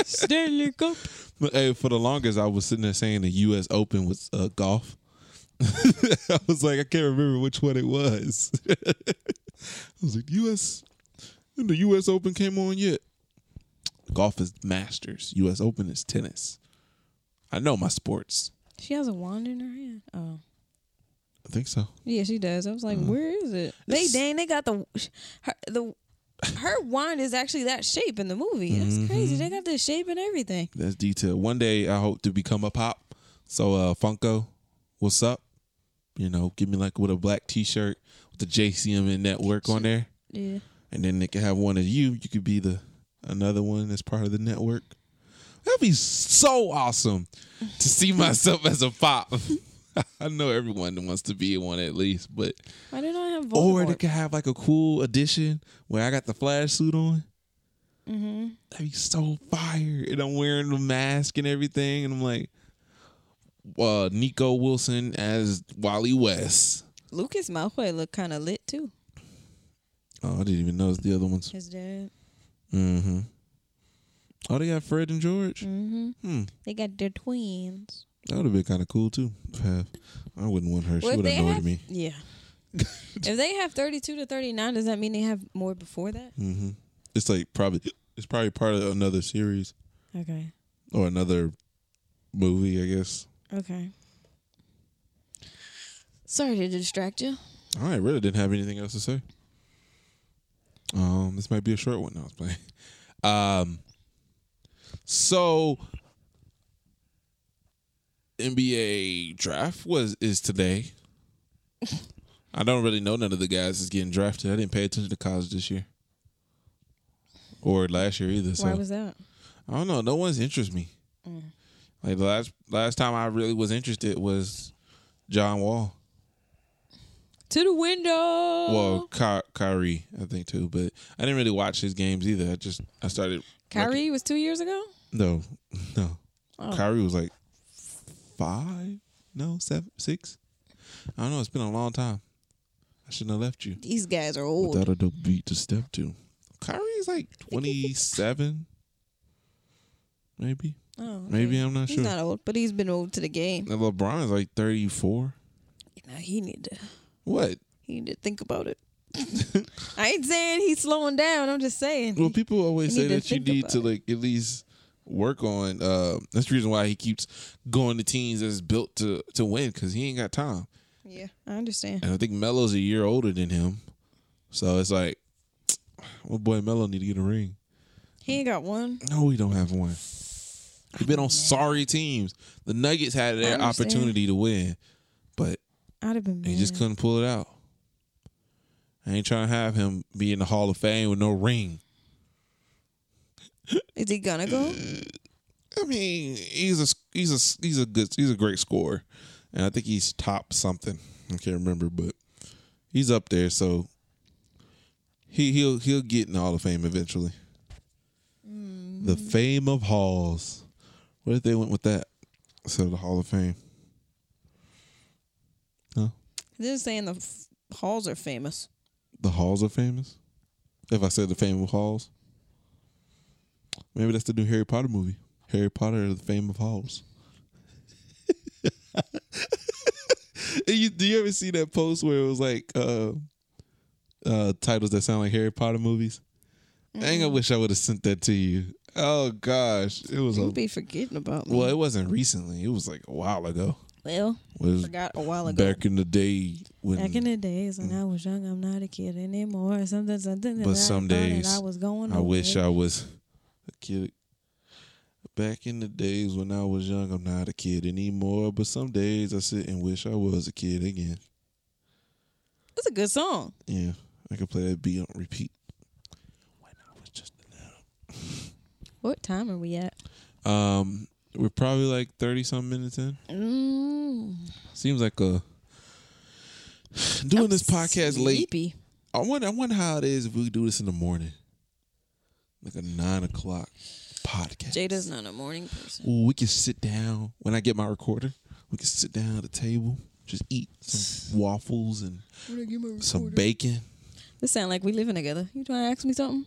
Speaker 2: Stanley Cup.
Speaker 1: But, Hey, for the longest, I was sitting there saying the U.S. Open was uh, golf. [LAUGHS] I was like, I can't remember which one it was. [LAUGHS] I was like, U.S. when The U.S. Open came on yet? Golf is Masters. U.S. Open is tennis. I know my sports.
Speaker 2: She has a wand in her hand. Oh.
Speaker 1: I think so.
Speaker 2: Yeah, she does. I was
Speaker 1: Mm-hmm.
Speaker 2: like, where is it? They dang, they got the her, the her wand is actually that shape in the movie. That's
Speaker 1: Mm-hmm.
Speaker 2: crazy. They got the shape and everything.
Speaker 1: That's detail. One day I hope to become a pop. So uh Funko, what's up? You know, give me like with a black t shirt with the JCMN network on there.
Speaker 2: Yeah.
Speaker 1: And then they can have one of you. You could be the another one that's part of the network. That'd be so awesome to see [LAUGHS] myself as a pop. [LAUGHS] I know everyone wants to be in one at least, but
Speaker 2: Why did I have
Speaker 1: or
Speaker 2: Voldemort?
Speaker 1: they could have like a cool edition where I got the flash suit on.
Speaker 2: Mm-hmm.
Speaker 1: That'd be so fire, and I'm wearing the mask and everything, and I'm like, uh, Nico Wilson as Wally West.
Speaker 2: Lucas Malfoy looked kind of lit too.
Speaker 1: Oh, I didn't even notice the other ones.
Speaker 2: His dad.
Speaker 1: Mm-hmm. Oh, they got Fred and George.
Speaker 2: Mm. Mm-hmm.
Speaker 1: Hmm.
Speaker 2: They got their twins.
Speaker 1: That would have been kind of cool too. to have. I wouldn't want her. She
Speaker 2: Well, if
Speaker 1: would have
Speaker 2: they
Speaker 1: annoyed
Speaker 2: have-
Speaker 1: me.
Speaker 2: Yeah. if they have 32 to 39, does that mean they have more before that?
Speaker 1: Mm-hmm. It's like probably it's probably part of another series
Speaker 2: Okay.
Speaker 1: or another movie, I guess.
Speaker 2: Okay. Sorry to distract you.
Speaker 1: I really didn't have anything else to say. Um, this might be a short one. I was playing. [LAUGHS] Um, so NBA draft was is
Speaker 2: [LAUGHS]
Speaker 1: today. I don't really know none of the guys that's getting drafted. I didn't pay attention to college this year or last year either. So
Speaker 2: Why was Mm. that?
Speaker 1: I don't know. No one's interests me. Like the last last time I really was interested was John Wall.
Speaker 2: To the window.
Speaker 1: Well, Ky- Kyrie, I think too, but I didn't really watch his games either. I just I started
Speaker 2: Kyrie was two years ago?
Speaker 1: no, [LAUGHS] no. Kyrie was like five, no, seven, six. I don't know. It's been a long time. I shouldn't have left you.
Speaker 2: These guys are old.
Speaker 1: Without a dope beat to step to. Kyrie's like twenty seven, maybe.
Speaker 2: Oh, okay.
Speaker 1: Maybe I'm not
Speaker 2: He's
Speaker 1: sure.
Speaker 2: not old, but he's been old to the game.
Speaker 1: And LeBron is like thirty four.
Speaker 2: Now he need to
Speaker 1: What?
Speaker 2: he need to think
Speaker 1: [LAUGHS]
Speaker 2: about it. I ain't saying he's slowing down. I'm just saying.
Speaker 1: Well, people always
Speaker 2: You
Speaker 1: say
Speaker 2: need to
Speaker 1: that you
Speaker 2: think
Speaker 1: need
Speaker 2: about
Speaker 1: to
Speaker 2: it.
Speaker 1: like at least work on. Uh, that's the reason why he keeps going to teams that's built to to win because he ain't got time.
Speaker 2: yeah, I understand.
Speaker 1: And I think Melo's a year older than him, so it's like, well, boy, Melo need to get a ring.
Speaker 2: He ain't got one.
Speaker 1: No, we don't have one. He's been on sorry teams. The Nuggets had their
Speaker 2: understand.
Speaker 1: opportunity to win, but
Speaker 2: I'd have been mad.
Speaker 1: he just couldn't pull it out. I ain't trying to have him be in the Hall of Fame with no ring.
Speaker 2: Is he gonna go?
Speaker 1: I mean, he's a he's a he's a good he's a great scorer, and I think he's top something. I can't remember, but he's up there. So he he'll he'll get in the Hall of Fame eventually. The fame of halls. What if they went with that instead of the Hall of Fame? Huh?
Speaker 2: They're saying the f- halls are famous.
Speaker 1: The halls are famous. If I said the fame of halls, maybe that's the new Harry Potter movie. Harry Potter: The Fame of Halls. [LAUGHS] And you, do you ever see that post where it was like uh, uh, titles that sound like Harry Potter movies? Dang, I
Speaker 2: Mm.
Speaker 1: wish I would have sent that to you. Oh gosh, it was
Speaker 2: You'll
Speaker 1: a,
Speaker 2: be forgetting about me.
Speaker 1: well, it wasn't recently. It was like a while ago.
Speaker 2: Well,
Speaker 1: It was
Speaker 2: forgot a while ago.
Speaker 1: back in the day when
Speaker 2: Back in the days when I was young, I'm not a kid anymore. Something, something. that
Speaker 1: But
Speaker 2: I
Speaker 1: some
Speaker 2: thought that
Speaker 1: days,
Speaker 2: I was going.
Speaker 1: I wish
Speaker 2: away.
Speaker 1: I was a kid. Back in the days when I was young, I'm not a kid anymore. But some days I sit and wish I was a kid again.
Speaker 2: That's a good song.
Speaker 1: Yeah, I could play that beat on repeat. When I was just a little.
Speaker 2: What time are we at?
Speaker 1: Um, we're probably like thirty some minutes in.
Speaker 2: Mm,
Speaker 1: Seems like a [SIGHS] doing this podcast late.
Speaker 2: sleepy.
Speaker 1: I wonder. I wonder how it is if we do this in the morning, like a nine o'clock podcast.
Speaker 2: Jada's not a morning person.
Speaker 1: Ooh, we can sit down when I get my recorder. We can sit down at the table, just eat [SIGHS] some waffles and some bacon.
Speaker 2: This sound like we living together. You trying to ask me something?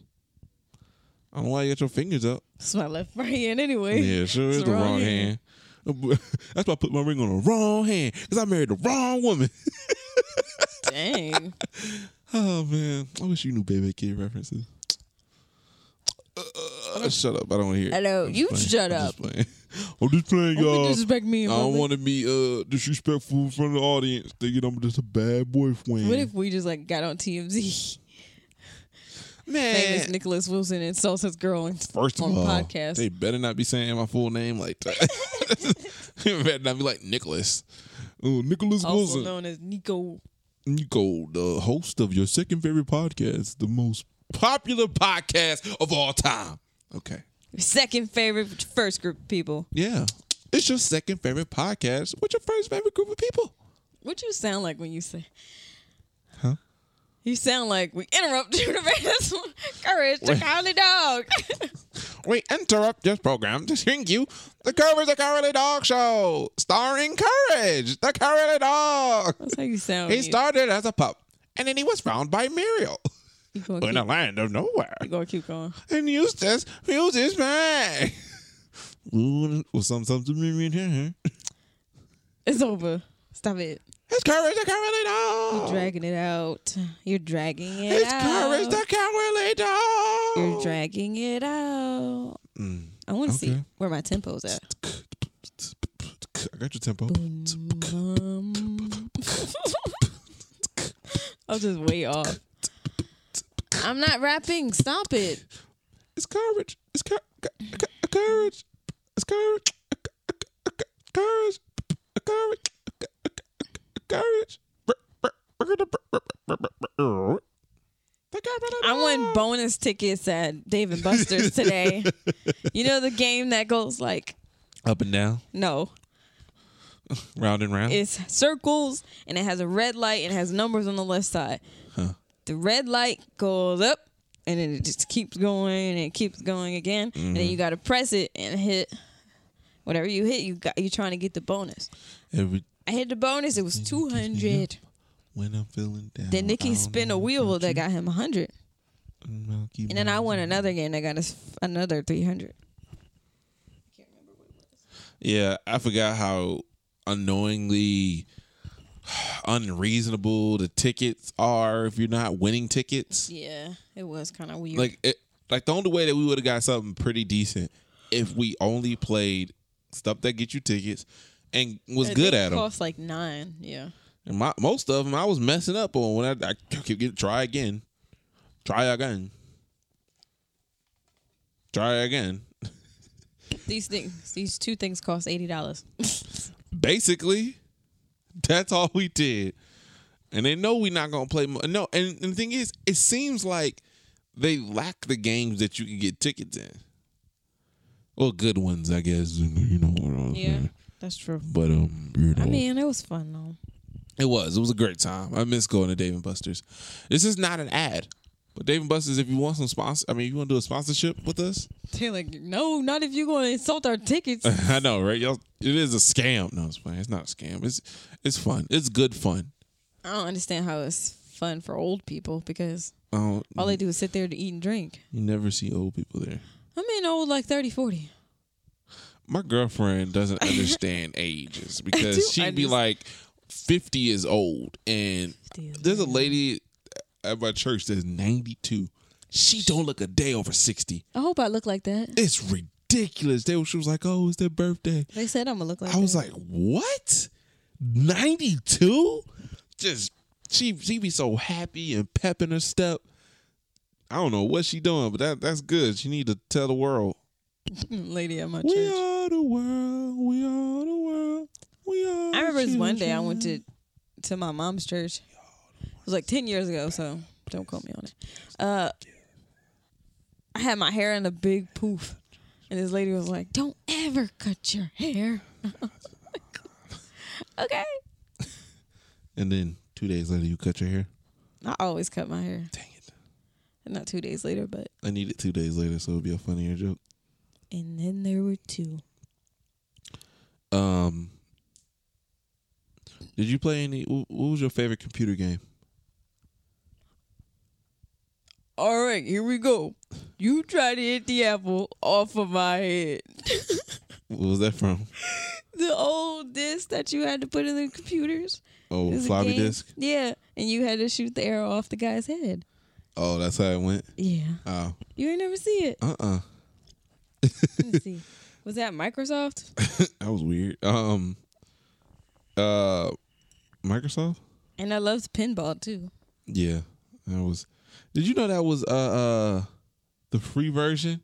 Speaker 1: I don't know why you got your fingers up.
Speaker 2: That's my left right hand anyway.
Speaker 1: Yeah, sure is
Speaker 2: It's
Speaker 1: the wrong, hand. [LAUGHS] That's why I put my ring on the wrong hand because I married the wrong woman.
Speaker 2: Dang.
Speaker 1: [LAUGHS] Oh man, I wish you knew baby kid references. Uh, shut up! I don't want to hear. it.
Speaker 2: Hello,
Speaker 1: I'm just
Speaker 2: you
Speaker 1: playing.
Speaker 2: shut
Speaker 1: I'm
Speaker 2: up.
Speaker 1: Just playing. I'm just playing,
Speaker 2: You
Speaker 1: y'all.
Speaker 2: disrespect me.
Speaker 1: I
Speaker 2: in
Speaker 1: don't
Speaker 2: public.
Speaker 1: want to be uh disrespectful in front of the audience. Thinking I'm just a bad boyfriend.
Speaker 2: What if we just like got on TMZ? Famous
Speaker 1: Man,
Speaker 2: Nicholas Wilson insults his girl and
Speaker 1: first of
Speaker 2: on
Speaker 1: all,
Speaker 2: podcast.
Speaker 1: they better not be saying my full name like that. [LAUGHS] They better not be like Nicholas. Oh, Nicholas
Speaker 2: also
Speaker 1: Wilson.
Speaker 2: known as Nico.
Speaker 1: Nico, the host of your second favorite podcast, the most popular podcast of all time. Okay.
Speaker 2: Second favorite, first group of people.
Speaker 1: Yeah. It's your second favorite podcast. What's your first favorite group of people?
Speaker 2: What you sound like when you say?
Speaker 1: Huh?
Speaker 2: You sound like we interrupt you to make this one. Courage, the
Speaker 1: [LAUGHS]
Speaker 2: cowardly dog.
Speaker 1: We interrupt this program to bring you the Courage the Cowardly Dog Show, starring Courage the Cowardly Dog.
Speaker 2: That's how you sound.
Speaker 1: He
Speaker 2: when you,
Speaker 1: started as a pup, and then he was found by Muriel
Speaker 2: you gonna
Speaker 1: [LAUGHS] in
Speaker 2: keep,
Speaker 1: a land of nowhere.
Speaker 2: you gonna keep going.
Speaker 1: And Eustace, Eustace man. Ooh, well, some- something in here.
Speaker 2: It's over. Stop it.
Speaker 1: It's Courage the Cowardly Dog.
Speaker 2: Dragging it out. You're dragging it
Speaker 1: it's
Speaker 2: out.
Speaker 1: Courage the Cowardly Dog.
Speaker 2: You're dragging it out. I want to see
Speaker 1: Mm, okay.
Speaker 2: where my tempo's at.
Speaker 1: I got your tempo.
Speaker 2: Um, [LAUGHS] I'm just way off. I'm not rapping. Stop it.
Speaker 1: It's courage. It's cur- cur- cur- courage. It's courage. Courage. Courage. Courage.
Speaker 2: I won bonus tickets at Dave and Buster's today. you know the game that goes like,
Speaker 1: Up and down,
Speaker 2: no,
Speaker 1: round and round.
Speaker 2: it's circles and it has a red light and it has numbers on the left side. The red light goes up and then it just keeps going and it keeps going again. And then you got to press it and hit whatever you hit, you got, you're trying to get the bonus.
Speaker 1: Every
Speaker 2: I hit the bonus, it was 200.
Speaker 1: when I'm feeling down.
Speaker 2: Then Nikki spin a wheel that got him 100.
Speaker 1: And
Speaker 2: And then I
Speaker 1: Mm-hmm.
Speaker 2: won another game that got us another 300.
Speaker 1: Yeah, I forgot how annoyingly [SIGHS] unreasonable the tickets are if you're not winning tickets.
Speaker 2: Yeah, it was kind of weird.
Speaker 1: Like it, like the only way that we would have got something pretty decent if we only played stuff that get you tickets and was
Speaker 2: It
Speaker 1: good
Speaker 2: did
Speaker 1: at them.
Speaker 2: Cost like nine. Yeah.
Speaker 1: And my, most of them I was messing up on when I, I kept getting try again, try again, try again.
Speaker 2: These things, these two things cost eighty dollars.
Speaker 1: Basically, that's all we did. And they know we're not gonna play. Mo- no, and, and the thing is, it seems like they lack the games that you can get tickets in. Well, good ones, I guess. You know what I'm
Speaker 2: yeah,
Speaker 1: saying.
Speaker 2: that's true.
Speaker 1: But um, you know,
Speaker 2: I mean, it was fun though. [LAUGHS]
Speaker 1: it was. It was a great time. I miss going to Dave and Buster's. This is not an ad, but Dave and Buster's. If you want some sponsor, I mean, you want to do a sponsorship with us? [LAUGHS]
Speaker 2: They're like, no, not if you're going to insult our tickets.
Speaker 1: I know, right? Y'all, it is a scam. No, it's fine. It's not a scam. It's it's fun. It's good fun.
Speaker 2: I don't understand how it's fun for old people because
Speaker 1: Oh,
Speaker 2: all they do is sit there to eat and drink.
Speaker 1: You never see old people there.
Speaker 2: I mean, old like 30, 40.
Speaker 1: My girlfriend doesn't [LAUGHS] understand ages
Speaker 2: do
Speaker 1: because she'd be
Speaker 2: understand.
Speaker 1: like, 50 is old. And
Speaker 2: 50 is
Speaker 1: there's a lady at my church that's 92. She don't look a day over 60.
Speaker 2: I hope I look like that.
Speaker 1: It's ridiculous. They, she was like, oh, it's their birthday.
Speaker 2: They said I'm gonna look like.
Speaker 1: I was like,
Speaker 2: that.
Speaker 1: what? 92? Just, she, she be so happy and pep in her step. I don't know what she doing, but that, that's good. She need to tell the world.
Speaker 2: Mm, lady at my
Speaker 1: We
Speaker 2: church.
Speaker 1: are the world. We are the world. We are.
Speaker 2: I remember this one day I went to to my mom's church. It was like ten years ago, so don't quote me on it. Uh, I had my hair in a big poof, and this lady was like, "Don't ever cut your hair." [LAUGHS] okay,
Speaker 1: And then two days later, you cut your hair.
Speaker 2: I always cut my hair.
Speaker 1: Dang it!
Speaker 2: Not two days later, but
Speaker 1: I need it two days later, so it'll be a funnier joke.
Speaker 2: and then there were two.
Speaker 1: Um, did you play any? wh- What was your favorite computer game?
Speaker 2: All right, here we go. You try to hit the apple off of my head.
Speaker 1: What was that
Speaker 2: [LAUGHS]
Speaker 1: from?
Speaker 2: the old disc that you had to put in the computers.
Speaker 1: Oh,
Speaker 2: It was a
Speaker 1: floppy
Speaker 2: game.
Speaker 1: disk.
Speaker 2: Yeah, and you had to shoot the arrow off the guy's head.
Speaker 1: Oh, that's how it went.
Speaker 2: Yeah,
Speaker 1: Oh,
Speaker 2: you ain't never see it.
Speaker 1: uh, uh
Speaker 2: Let me see. Was that Microsoft?
Speaker 1: that was weird. Um, uh, Microsoft.
Speaker 2: And I loved pinball too.
Speaker 1: Yeah, that was. Did you know that was uh uh the free version?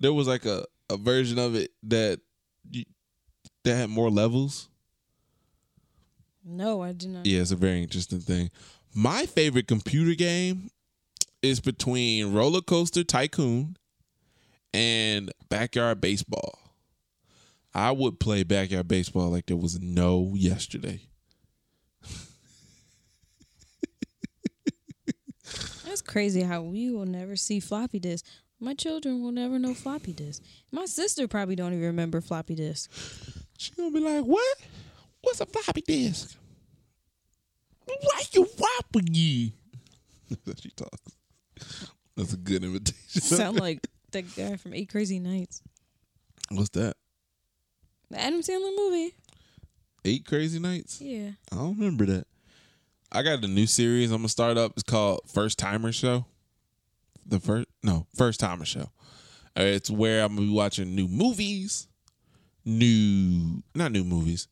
Speaker 1: There was like a a version of it that you, that had more levels.
Speaker 2: No, I did not.
Speaker 1: Yeah, it's a very interesting thing. My favorite computer game is between Roller Coaster Tycoon and backyard baseball. I would play backyard baseball like there was no yesterday.
Speaker 2: That's crazy how we will never see floppy disk. My children will never know floppy disk. My sister probably don't even remember
Speaker 1: [LAUGHS]
Speaker 2: floppy disk.
Speaker 1: She gonna be like, "What? What's a floppy disk? Why you whopping you?" That's how [LAUGHS] she talks. That's a good imitation.
Speaker 2: Sound like that guy from Eight Crazy Nights.
Speaker 1: What's that?
Speaker 2: The Adam Sandler movie.
Speaker 1: Eight crazy nights?
Speaker 2: Yeah.
Speaker 1: I don't remember that. I got a new series I'm gonna start up. It's called First Timer Show. The first no First Timer Show. Uh, It's where I'm gonna be watching new movies, new not new movies,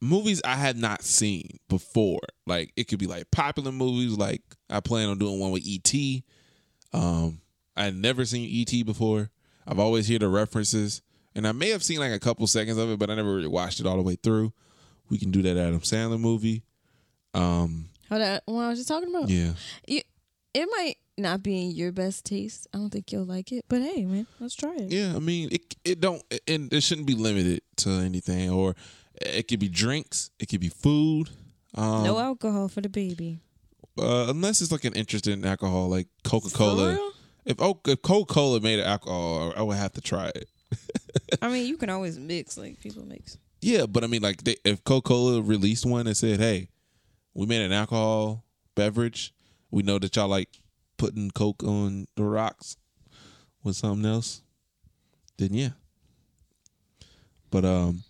Speaker 1: movies I have not seen before. Like it could be like popular movies. Like I plan on doing one with ET. Um, I had never seen ET before. I've always heard the references, and I may have seen like a couple seconds of it, but I never really watched it all the way through. We can do that Adam Sandler movie. Um,
Speaker 2: How that what I was just talking about.
Speaker 1: yeah.
Speaker 2: You, it might not be in your best taste. I don't think you'll like it. But hey man, let's try it.
Speaker 1: Yeah, I mean, it it don't and it shouldn't be limited to anything or it could be drinks, it could be food. Um
Speaker 2: No alcohol for the baby.
Speaker 1: uh, unless it's like an interest in alcohol like
Speaker 2: For
Speaker 1: Coca-Cola.
Speaker 2: real?
Speaker 1: If, O- if Coca-Cola made an alcohol, I would have to try it.
Speaker 2: I mean, you can always mix like people mix.
Speaker 1: Yeah, but I mean like they, if Coca-Cola released one and said, "Hey, we made an alcohol beverage. We know that y'all like putting Coke on the rocks with something else." Then yeah. But um,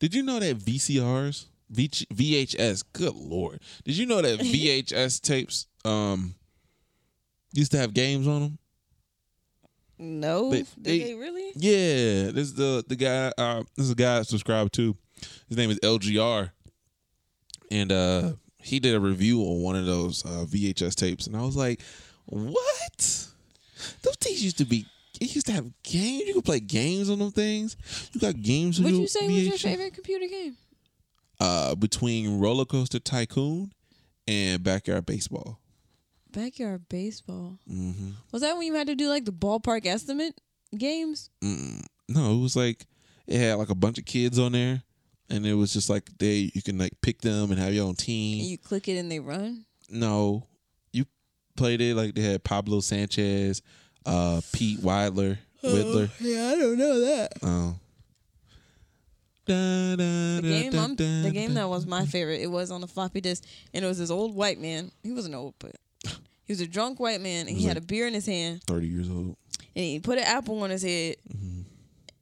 Speaker 1: did you know that VCRs, v- VHS, good lord, did you know that VHS tapes um used to have games on them?
Speaker 2: No,
Speaker 1: They-
Speaker 2: did
Speaker 1: they-
Speaker 2: they, really?
Speaker 1: Yeah, this is the the guy. Uh, this is a guy I subscribe to. His name is LGR, and uh, he did a review on one of those uh, VHS tapes, and I was like, "What? Those things used to be. It used to have games. You could play games on them things. You got games. on
Speaker 2: Would
Speaker 1: your
Speaker 2: you say was your
Speaker 1: VHS?
Speaker 2: favorite computer game?
Speaker 1: Uh, between Roller Coaster Tycoon and Backyard Baseball.
Speaker 2: Backyard baseball.
Speaker 1: Mm-hmm.
Speaker 2: Was that when you had to do like the ballpark estimate games?
Speaker 1: Mm, no, it was like it had like a bunch of kids on there, and it was just like they you can like pick them and have your own
Speaker 2: And
Speaker 1: team.
Speaker 2: you click it and they run?
Speaker 1: no, you played it like they had Pablo Sanchez, uh, Pete Widler, Widler.
Speaker 2: Oh, yeah, I don't know that.
Speaker 1: Oh. Da, da,
Speaker 2: The game, I'm, the game that was my favorite, it was on the floppy disk, and it was this old white man. He wasn't old, but he was a drunk white man, and he had a beer in his hand,
Speaker 1: thirty years old.
Speaker 2: and he put an apple on his head,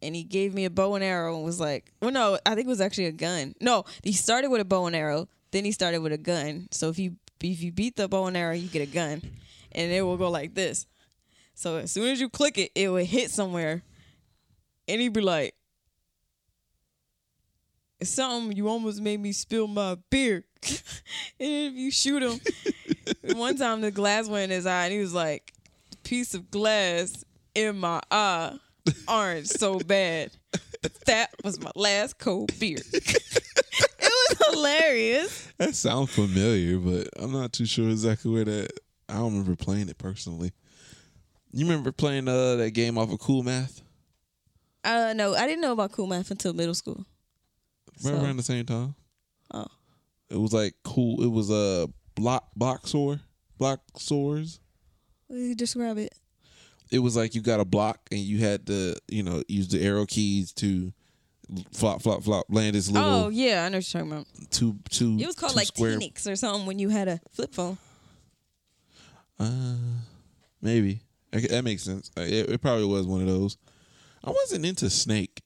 Speaker 2: and he gave me a bow and arrow, and was like, "Well, no, I think it was actually a gun. No, he started with a bow and arrow, then he started with a gun. So if you if you beat the bow and arrow, you get a gun, and it will go like this. So as soon as you click it, it would hit somewhere, and he'd be like." something you almost made me spill my beer [LAUGHS] and if you shoot him one time the glass went in his eye and he was like piece of glass in my eye aren't so bad but that was my last cold beer [LAUGHS] it was hilarious
Speaker 1: That sounds familiar, but I'm not too sure exactly where that. I don't remember playing it personally. You remember playing uh, that game off of Cool Math?
Speaker 2: uh no i didn't know about cool math until middle school
Speaker 1: Right
Speaker 2: So-
Speaker 1: around the same time.
Speaker 2: Oh.
Speaker 1: It was like cool. It was a uh, block block sore block sores.
Speaker 2: describe it
Speaker 1: It was like you got a block and you had to you know use the arrow keys to flop flop flop land this little
Speaker 2: oh yeah i know what you're talking about
Speaker 1: two two.
Speaker 2: it was called
Speaker 1: two
Speaker 2: like
Speaker 1: square.
Speaker 2: Teenix or something when you had a flip phone
Speaker 1: Uh, maybe okay, that makes sense. Uh, It, it probably was one of those. I wasn't into Snake.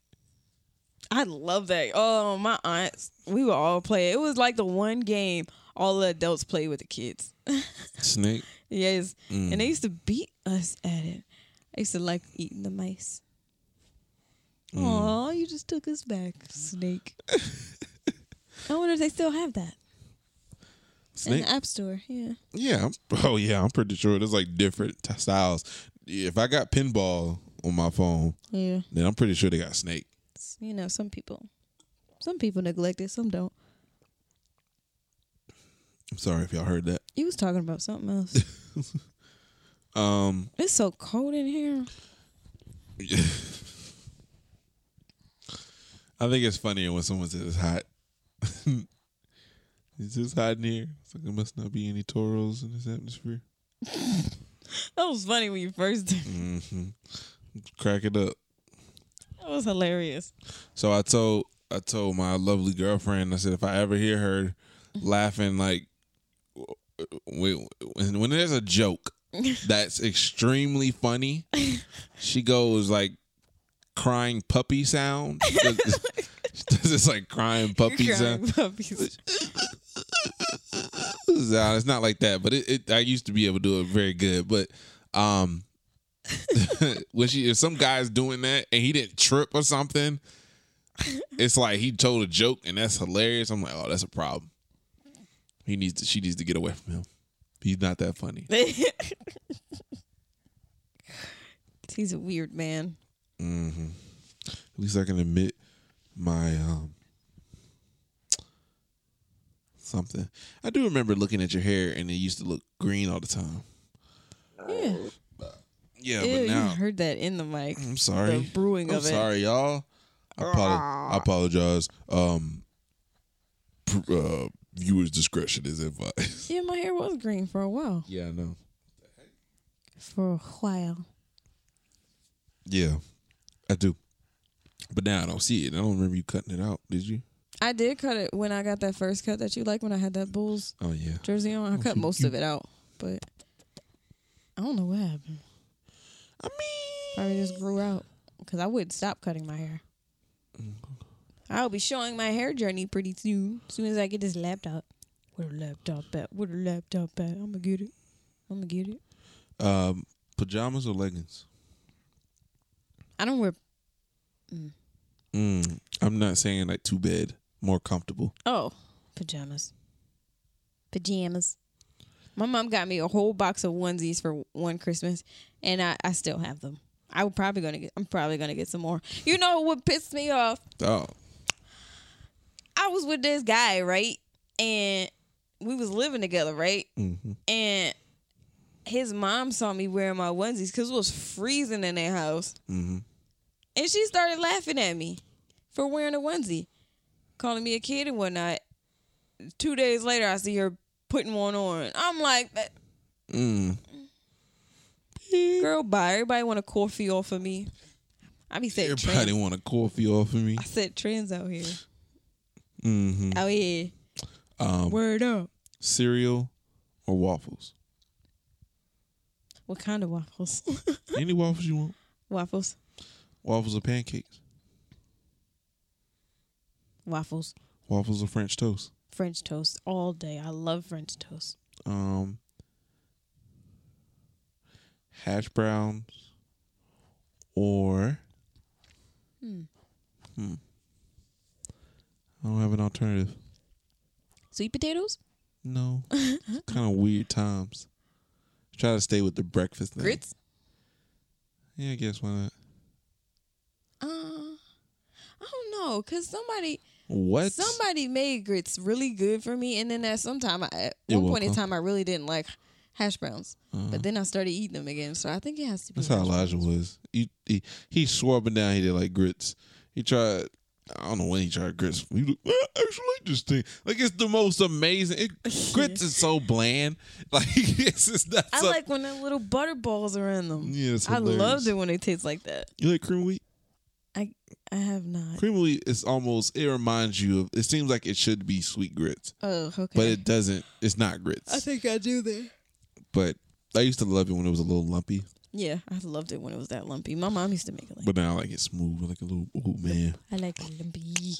Speaker 2: I love that. Oh, my aunts, we would all play it. It was like the one game all the adults played with the kids. [LAUGHS]
Speaker 1: Snake.
Speaker 2: yes. And
Speaker 1: Mm.
Speaker 2: they used to beat us at it. I used to like eating the mice.
Speaker 1: Mm.
Speaker 2: Aw, you just took us back, snake. I wonder if they still have that
Speaker 1: Snake.
Speaker 2: in the App Store. Yeah.
Speaker 1: Yeah. I'm, oh yeah. I'm pretty sure there's like different t- styles. If I got pinball on my phone,
Speaker 2: Yeah.
Speaker 1: then I'm pretty sure they got Snake.
Speaker 2: You know, some people. Some people neglect it, some don't.
Speaker 1: I'm sorry if y'all heard that.
Speaker 2: You was talking about something else.
Speaker 1: [LAUGHS] Um,
Speaker 2: it's so cold in here.
Speaker 1: I think it's funnier when someone says it's hot. [LAUGHS] Is this hot in here? It's like there must not be any toros in this atmosphere.
Speaker 2: That was funny when you first [LAUGHS] did. it.
Speaker 1: Mm-hmm. Crack it up.
Speaker 2: That was hilarious.
Speaker 1: So I told I told my lovely girlfriend. I said if I ever hear her laughing like when when there's a joke that's extremely funny, she goes like crying puppy sound. [LAUGHS] Does this like crying puppy sound?
Speaker 2: Crying puppies.
Speaker 1: Nah, it's not like that, but it, it I used to be able to do it very good. But um [LAUGHS] when she if some guy's doing that and he didn't trip or something, it's like he told a joke and that's hilarious. I'm like, oh, that's a problem. He needs to she needs to get away from him. He's not that
Speaker 2: [LAUGHS]
Speaker 1: funny.
Speaker 2: He's a weird man.
Speaker 1: At least I can admit my um something. I do remember looking at your hair and it used to look green all the time.
Speaker 2: Yeah.
Speaker 1: Yeah,
Speaker 2: Ew,
Speaker 1: but
Speaker 2: you
Speaker 1: now
Speaker 2: heard that in the mic.
Speaker 1: I'm sorry.
Speaker 2: The brewing
Speaker 1: I'm
Speaker 2: of it.
Speaker 1: sorry, y'all. I, apolo- I apologize. Um, pr- uh, viewers' discretion is advised. [LAUGHS]
Speaker 2: Yeah, my hair was green for a while.
Speaker 1: Yeah, I know.
Speaker 2: For a while.
Speaker 1: Yeah, I do. But now I don't see it. I don't remember you cutting it out. Did you?
Speaker 2: I did cut it when I got that first cut that you like when I had that Bulls
Speaker 1: Oh yeah.
Speaker 2: jersey on. I cut most of it out, but I don't know what happened.
Speaker 1: I mean,
Speaker 2: Probably just grew out because I wouldn't stop cutting my hair.
Speaker 1: Mm-hmm.
Speaker 2: I'll be showing my hair journey pretty soon. As soon as I get this laptop. Where the laptop at? Where the laptop at? I'm going to get it. I'm going to get it.
Speaker 1: um, pajamas or leggings?
Speaker 2: I don't wear.
Speaker 1: Mm, I'm not saying like too bad. More comfortable.
Speaker 2: Oh, pajamas. Pajamas. My mom got me a whole box of onesies for one Christmas, and I, I still have them. I would probably gonna get. I'm probably gonna get some more. You know what pissed me off?
Speaker 1: Oh,
Speaker 2: I was with this guy, right? And we was living together, right? And his mom saw me wearing my onesies because it was freezing in their house. And she started laughing at me for wearing a onesie, calling me a kid and whatnot. Two days later, I see her putting one on. I'm like, "That-
Speaker 1: mm.
Speaker 2: girl, bye. Everybody want a coffee off of me. I be saying
Speaker 1: everybody
Speaker 2: trends.
Speaker 1: want a coffee off of me.
Speaker 2: I said trends out here.
Speaker 1: Mm-hmm.
Speaker 2: Out here. Word up.
Speaker 1: Um, Cereal or waffles?
Speaker 2: What kind of waffles? [LAUGHS]
Speaker 1: Any waffles you want?
Speaker 2: waffles.
Speaker 1: Waffles or pancakes?
Speaker 2: Waffles.
Speaker 1: Waffles or French toast?
Speaker 2: French toast all day. I love French toast.
Speaker 1: um hash browns or hmm. I don't have an alternative.
Speaker 2: Sweet potatoes?
Speaker 1: No. kind of weird times. Try to stay with the breakfast thing.
Speaker 2: Grits?
Speaker 1: Yeah, I guess why not?
Speaker 2: Uh, I don't know. Cause somebody
Speaker 1: What?
Speaker 2: somebody made grits really good for me. And then at some time I at
Speaker 1: You're
Speaker 2: one point in
Speaker 1: welcome. Uh-huh.
Speaker 2: time I really didn't like hash browns. But then I started eating them again. So I think it has to be
Speaker 1: That's how
Speaker 2: hash
Speaker 1: Elijah
Speaker 2: browns.
Speaker 1: was. He he, he swore up and down he did like grits. He tried. I don't know when he tried grits. He looked, "Man, I actually like this thing. Like it's the most amazing. It,
Speaker 2: [LAUGHS]
Speaker 1: grits is so bland. [LAUGHS] Like it's just not.
Speaker 2: I
Speaker 1: so-
Speaker 2: like when the little butter balls are in them.
Speaker 1: Yeah, it's
Speaker 2: I
Speaker 1: hilarious.
Speaker 2: loved it when it tastes like that.
Speaker 1: You like cream wheat?
Speaker 2: I I have not.
Speaker 1: Cream wheat is almost. It reminds you of. It seems like it should be sweet grits,
Speaker 2: Oh, okay.
Speaker 1: but it doesn't. It's not grits.
Speaker 2: I think I do there.
Speaker 1: but I used to love it when it was a little lumpy,
Speaker 2: Yeah, I loved it when it was that lumpy. My mom used to make it like
Speaker 1: but now I like it smooth, like a little. Oh man,
Speaker 2: I like it lumpy.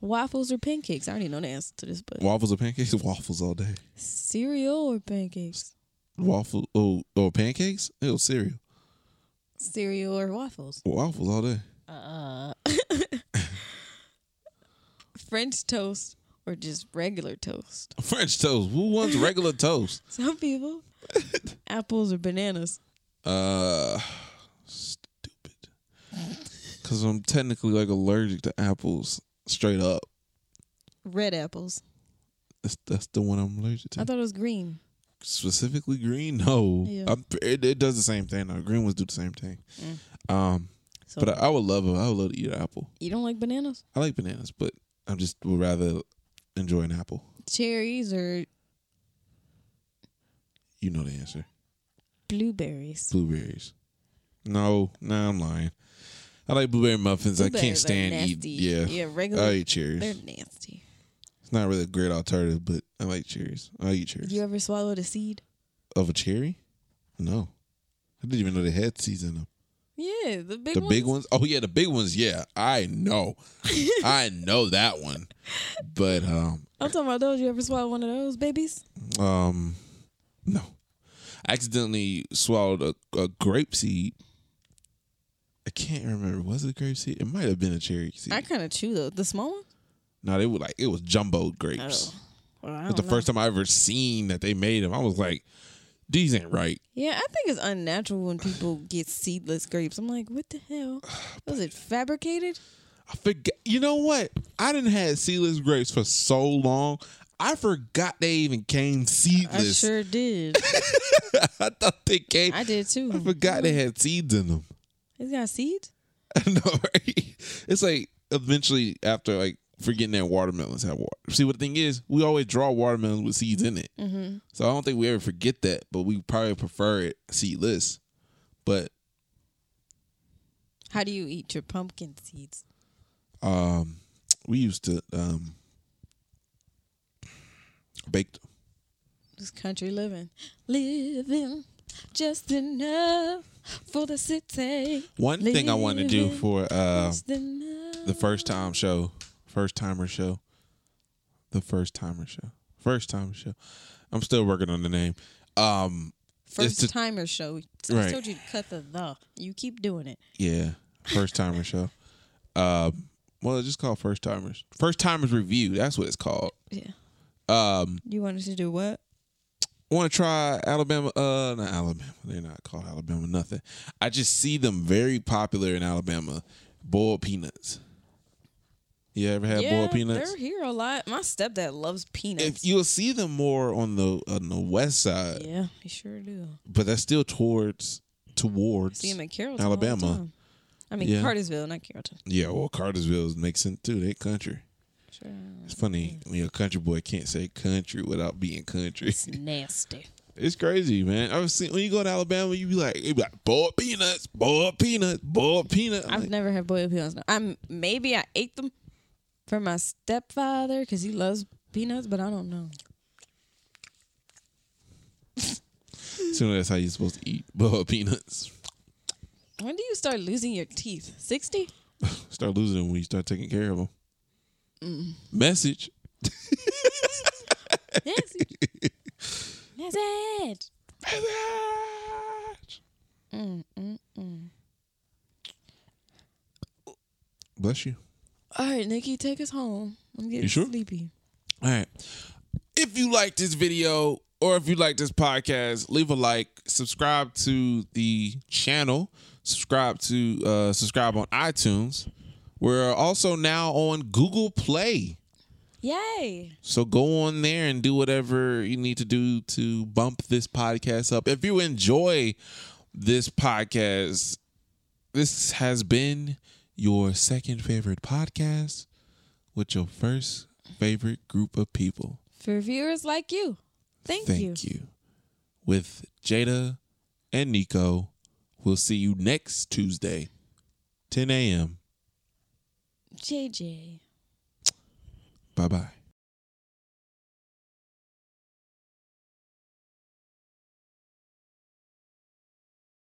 Speaker 2: Waffles or pancakes? I already know the answer to this, but
Speaker 1: waffles or pancakes? [LAUGHS] Waffles all day.
Speaker 2: cereal or pancakes?
Speaker 1: Waffle. Oh, oh, pancakes? Ew, cereal.
Speaker 2: Cereal or waffles?
Speaker 1: Waffles all day. [LAUGHS]
Speaker 2: French toast or just regular toast?
Speaker 1: French toast. Who wants regular toast?
Speaker 2: Some [LAUGHS] people. Apples or bananas?
Speaker 1: Uh, stupid. Because I'm technically like allergic to apples. Straight up,
Speaker 2: Red apples.
Speaker 1: that's that's the one I'm allergic to.
Speaker 2: I thought it was green.
Speaker 1: Specifically green. No,
Speaker 2: Yeah.
Speaker 1: I'm, it, it does the same thing. No, green ones do the same thing.
Speaker 2: Mm.
Speaker 1: Um,
Speaker 2: So
Speaker 1: but I, I would love a, I would love to eat an apple.
Speaker 2: you don't like bananas,
Speaker 1: I like bananas, but I just would rather enjoy an apple.
Speaker 2: cherries, or
Speaker 1: You know the answer.
Speaker 2: blueberries?
Speaker 1: Blueberries. No, no, I'm lying. I like blueberry muffins. I can't
Speaker 2: Blueberries are
Speaker 1: stand eat.
Speaker 2: nasty.
Speaker 1: Yeah,
Speaker 2: yeah, regular.
Speaker 1: I eat cherries.
Speaker 2: they're nasty.
Speaker 1: It's not really a great alternative, but I like cherries. I eat cherries.
Speaker 2: You ever swallowed a seed?
Speaker 1: Of a cherry? No, I didn't even know they had seeds in them.
Speaker 2: Yeah, the big
Speaker 1: the
Speaker 2: ones.
Speaker 1: big ones? Oh yeah, the big ones. Yeah, I
Speaker 2: [LAUGHS]
Speaker 1: know. I know that one. But um,
Speaker 2: I'm talking about those. You ever swallow one of those babies?
Speaker 1: um, no. I accidentally swallowed a, a grape seed. I can't remember. Was it a grape seed? It might have been a cherry seed.
Speaker 2: I kind of chew those. The small ones.
Speaker 1: no, they were like it was jumbo grapes.
Speaker 2: Oh, well, I
Speaker 1: It's
Speaker 2: don't
Speaker 1: the
Speaker 2: know.
Speaker 1: first time I ever seen that they made them. I was like, these ain't right.
Speaker 2: Yeah, I think it's unnatural when people get seedless grapes. I'm like, what the hell? Was it fabricated?
Speaker 1: I forgot. You know what? I didn't had seedless grapes for so long. I forgot they even came
Speaker 2: I
Speaker 1: seedless.
Speaker 2: sure did.
Speaker 1: [LAUGHS] I thought they came.
Speaker 2: I did too.
Speaker 1: I forgot they had seeds in them. [LAUGHS]
Speaker 2: It's got seeds.
Speaker 1: I know, right? It's like eventually after like forgetting that watermelons have water. See, what the thing is, we always draw watermelons with seeds in it.
Speaker 2: Mm-hmm.
Speaker 1: So I don't think we ever forget that, but we probably prefer it seedless. But
Speaker 2: How do you eat your pumpkin seeds?
Speaker 1: um, we used to um, bake them.
Speaker 2: This country living, living just enough for the city.
Speaker 1: One thing I want to do
Speaker 2: Living
Speaker 1: for uh,
Speaker 2: just enough.
Speaker 1: the first time show, first timer show, the first timer show, first timer show. I'm still working on the name. Um,
Speaker 2: first
Speaker 1: the-
Speaker 2: timer show. I
Speaker 1: Right.
Speaker 2: told you to cut the the. You keep doing it.
Speaker 1: yeah, first timer show. [LAUGHS] Um, well, it's just called first timers. First timers review. That's what it's called.
Speaker 2: Yeah.
Speaker 1: Um,
Speaker 2: You wanted to do what?
Speaker 1: want to try Alabama? Uh, not Alabama. They're not called Alabama. Nothing. I just see them very popular in Alabama. Boiled peanuts. You ever had boiled peanuts?
Speaker 2: they're here a lot. My stepdad loves peanuts.
Speaker 1: if you'll see them more on the on the west side,
Speaker 2: yeah, he sure do.
Speaker 1: but that's still towards towards
Speaker 2: See him at Carrollton, all the
Speaker 1: Alabama.
Speaker 2: time. I mean,
Speaker 1: Yeah.
Speaker 2: Cartersville, not Carrollton.
Speaker 1: yeah. Well, Cartersville makes sense too. They country.
Speaker 2: Sure.
Speaker 1: It's funny when a country boy can't say country without being country.
Speaker 2: It's nasty.
Speaker 1: [LAUGHS] It's crazy, man. I've seen when you go to Alabama, you be like, you be like, boiled peanuts, boiled peanuts, boiled peanut. I'm
Speaker 2: I've
Speaker 1: like,
Speaker 2: never had boiled peanuts. I'm maybe I ate them for my stepfather because he loves peanuts, but I don't know.
Speaker 1: so that's how you're supposed to eat boiled peanuts. [LAUGHS]
Speaker 2: When do you start losing your
Speaker 1: [LAUGHS]
Speaker 2: teeth? Sixty?
Speaker 1: Start losing them when you start taking care of them.
Speaker 2: Mm.
Speaker 1: Message.
Speaker 2: Nasty. That's it.
Speaker 1: Message.
Speaker 2: Mm, mm, mm.
Speaker 1: Bless you.
Speaker 2: All right, Nikki, take us home. I'm getting
Speaker 1: You sure?
Speaker 2: sleepy.
Speaker 1: All right. If you like this video or if you like this podcast, leave a like, subscribe to the channel, subscribe to uh subscribe on iTunes. We're also now on Google Play.
Speaker 2: Yay!
Speaker 1: So go on there and do whatever you need to do to bump this podcast up. If you enjoy this podcast, this has been your second favorite podcast with your first favorite group of people.
Speaker 2: For viewers like you, thank,
Speaker 1: Thank
Speaker 2: you.
Speaker 1: you. With Jada and Nico. We'll see you next Tuesday, 10 a.m.
Speaker 2: JJ.
Speaker 1: Bye bye.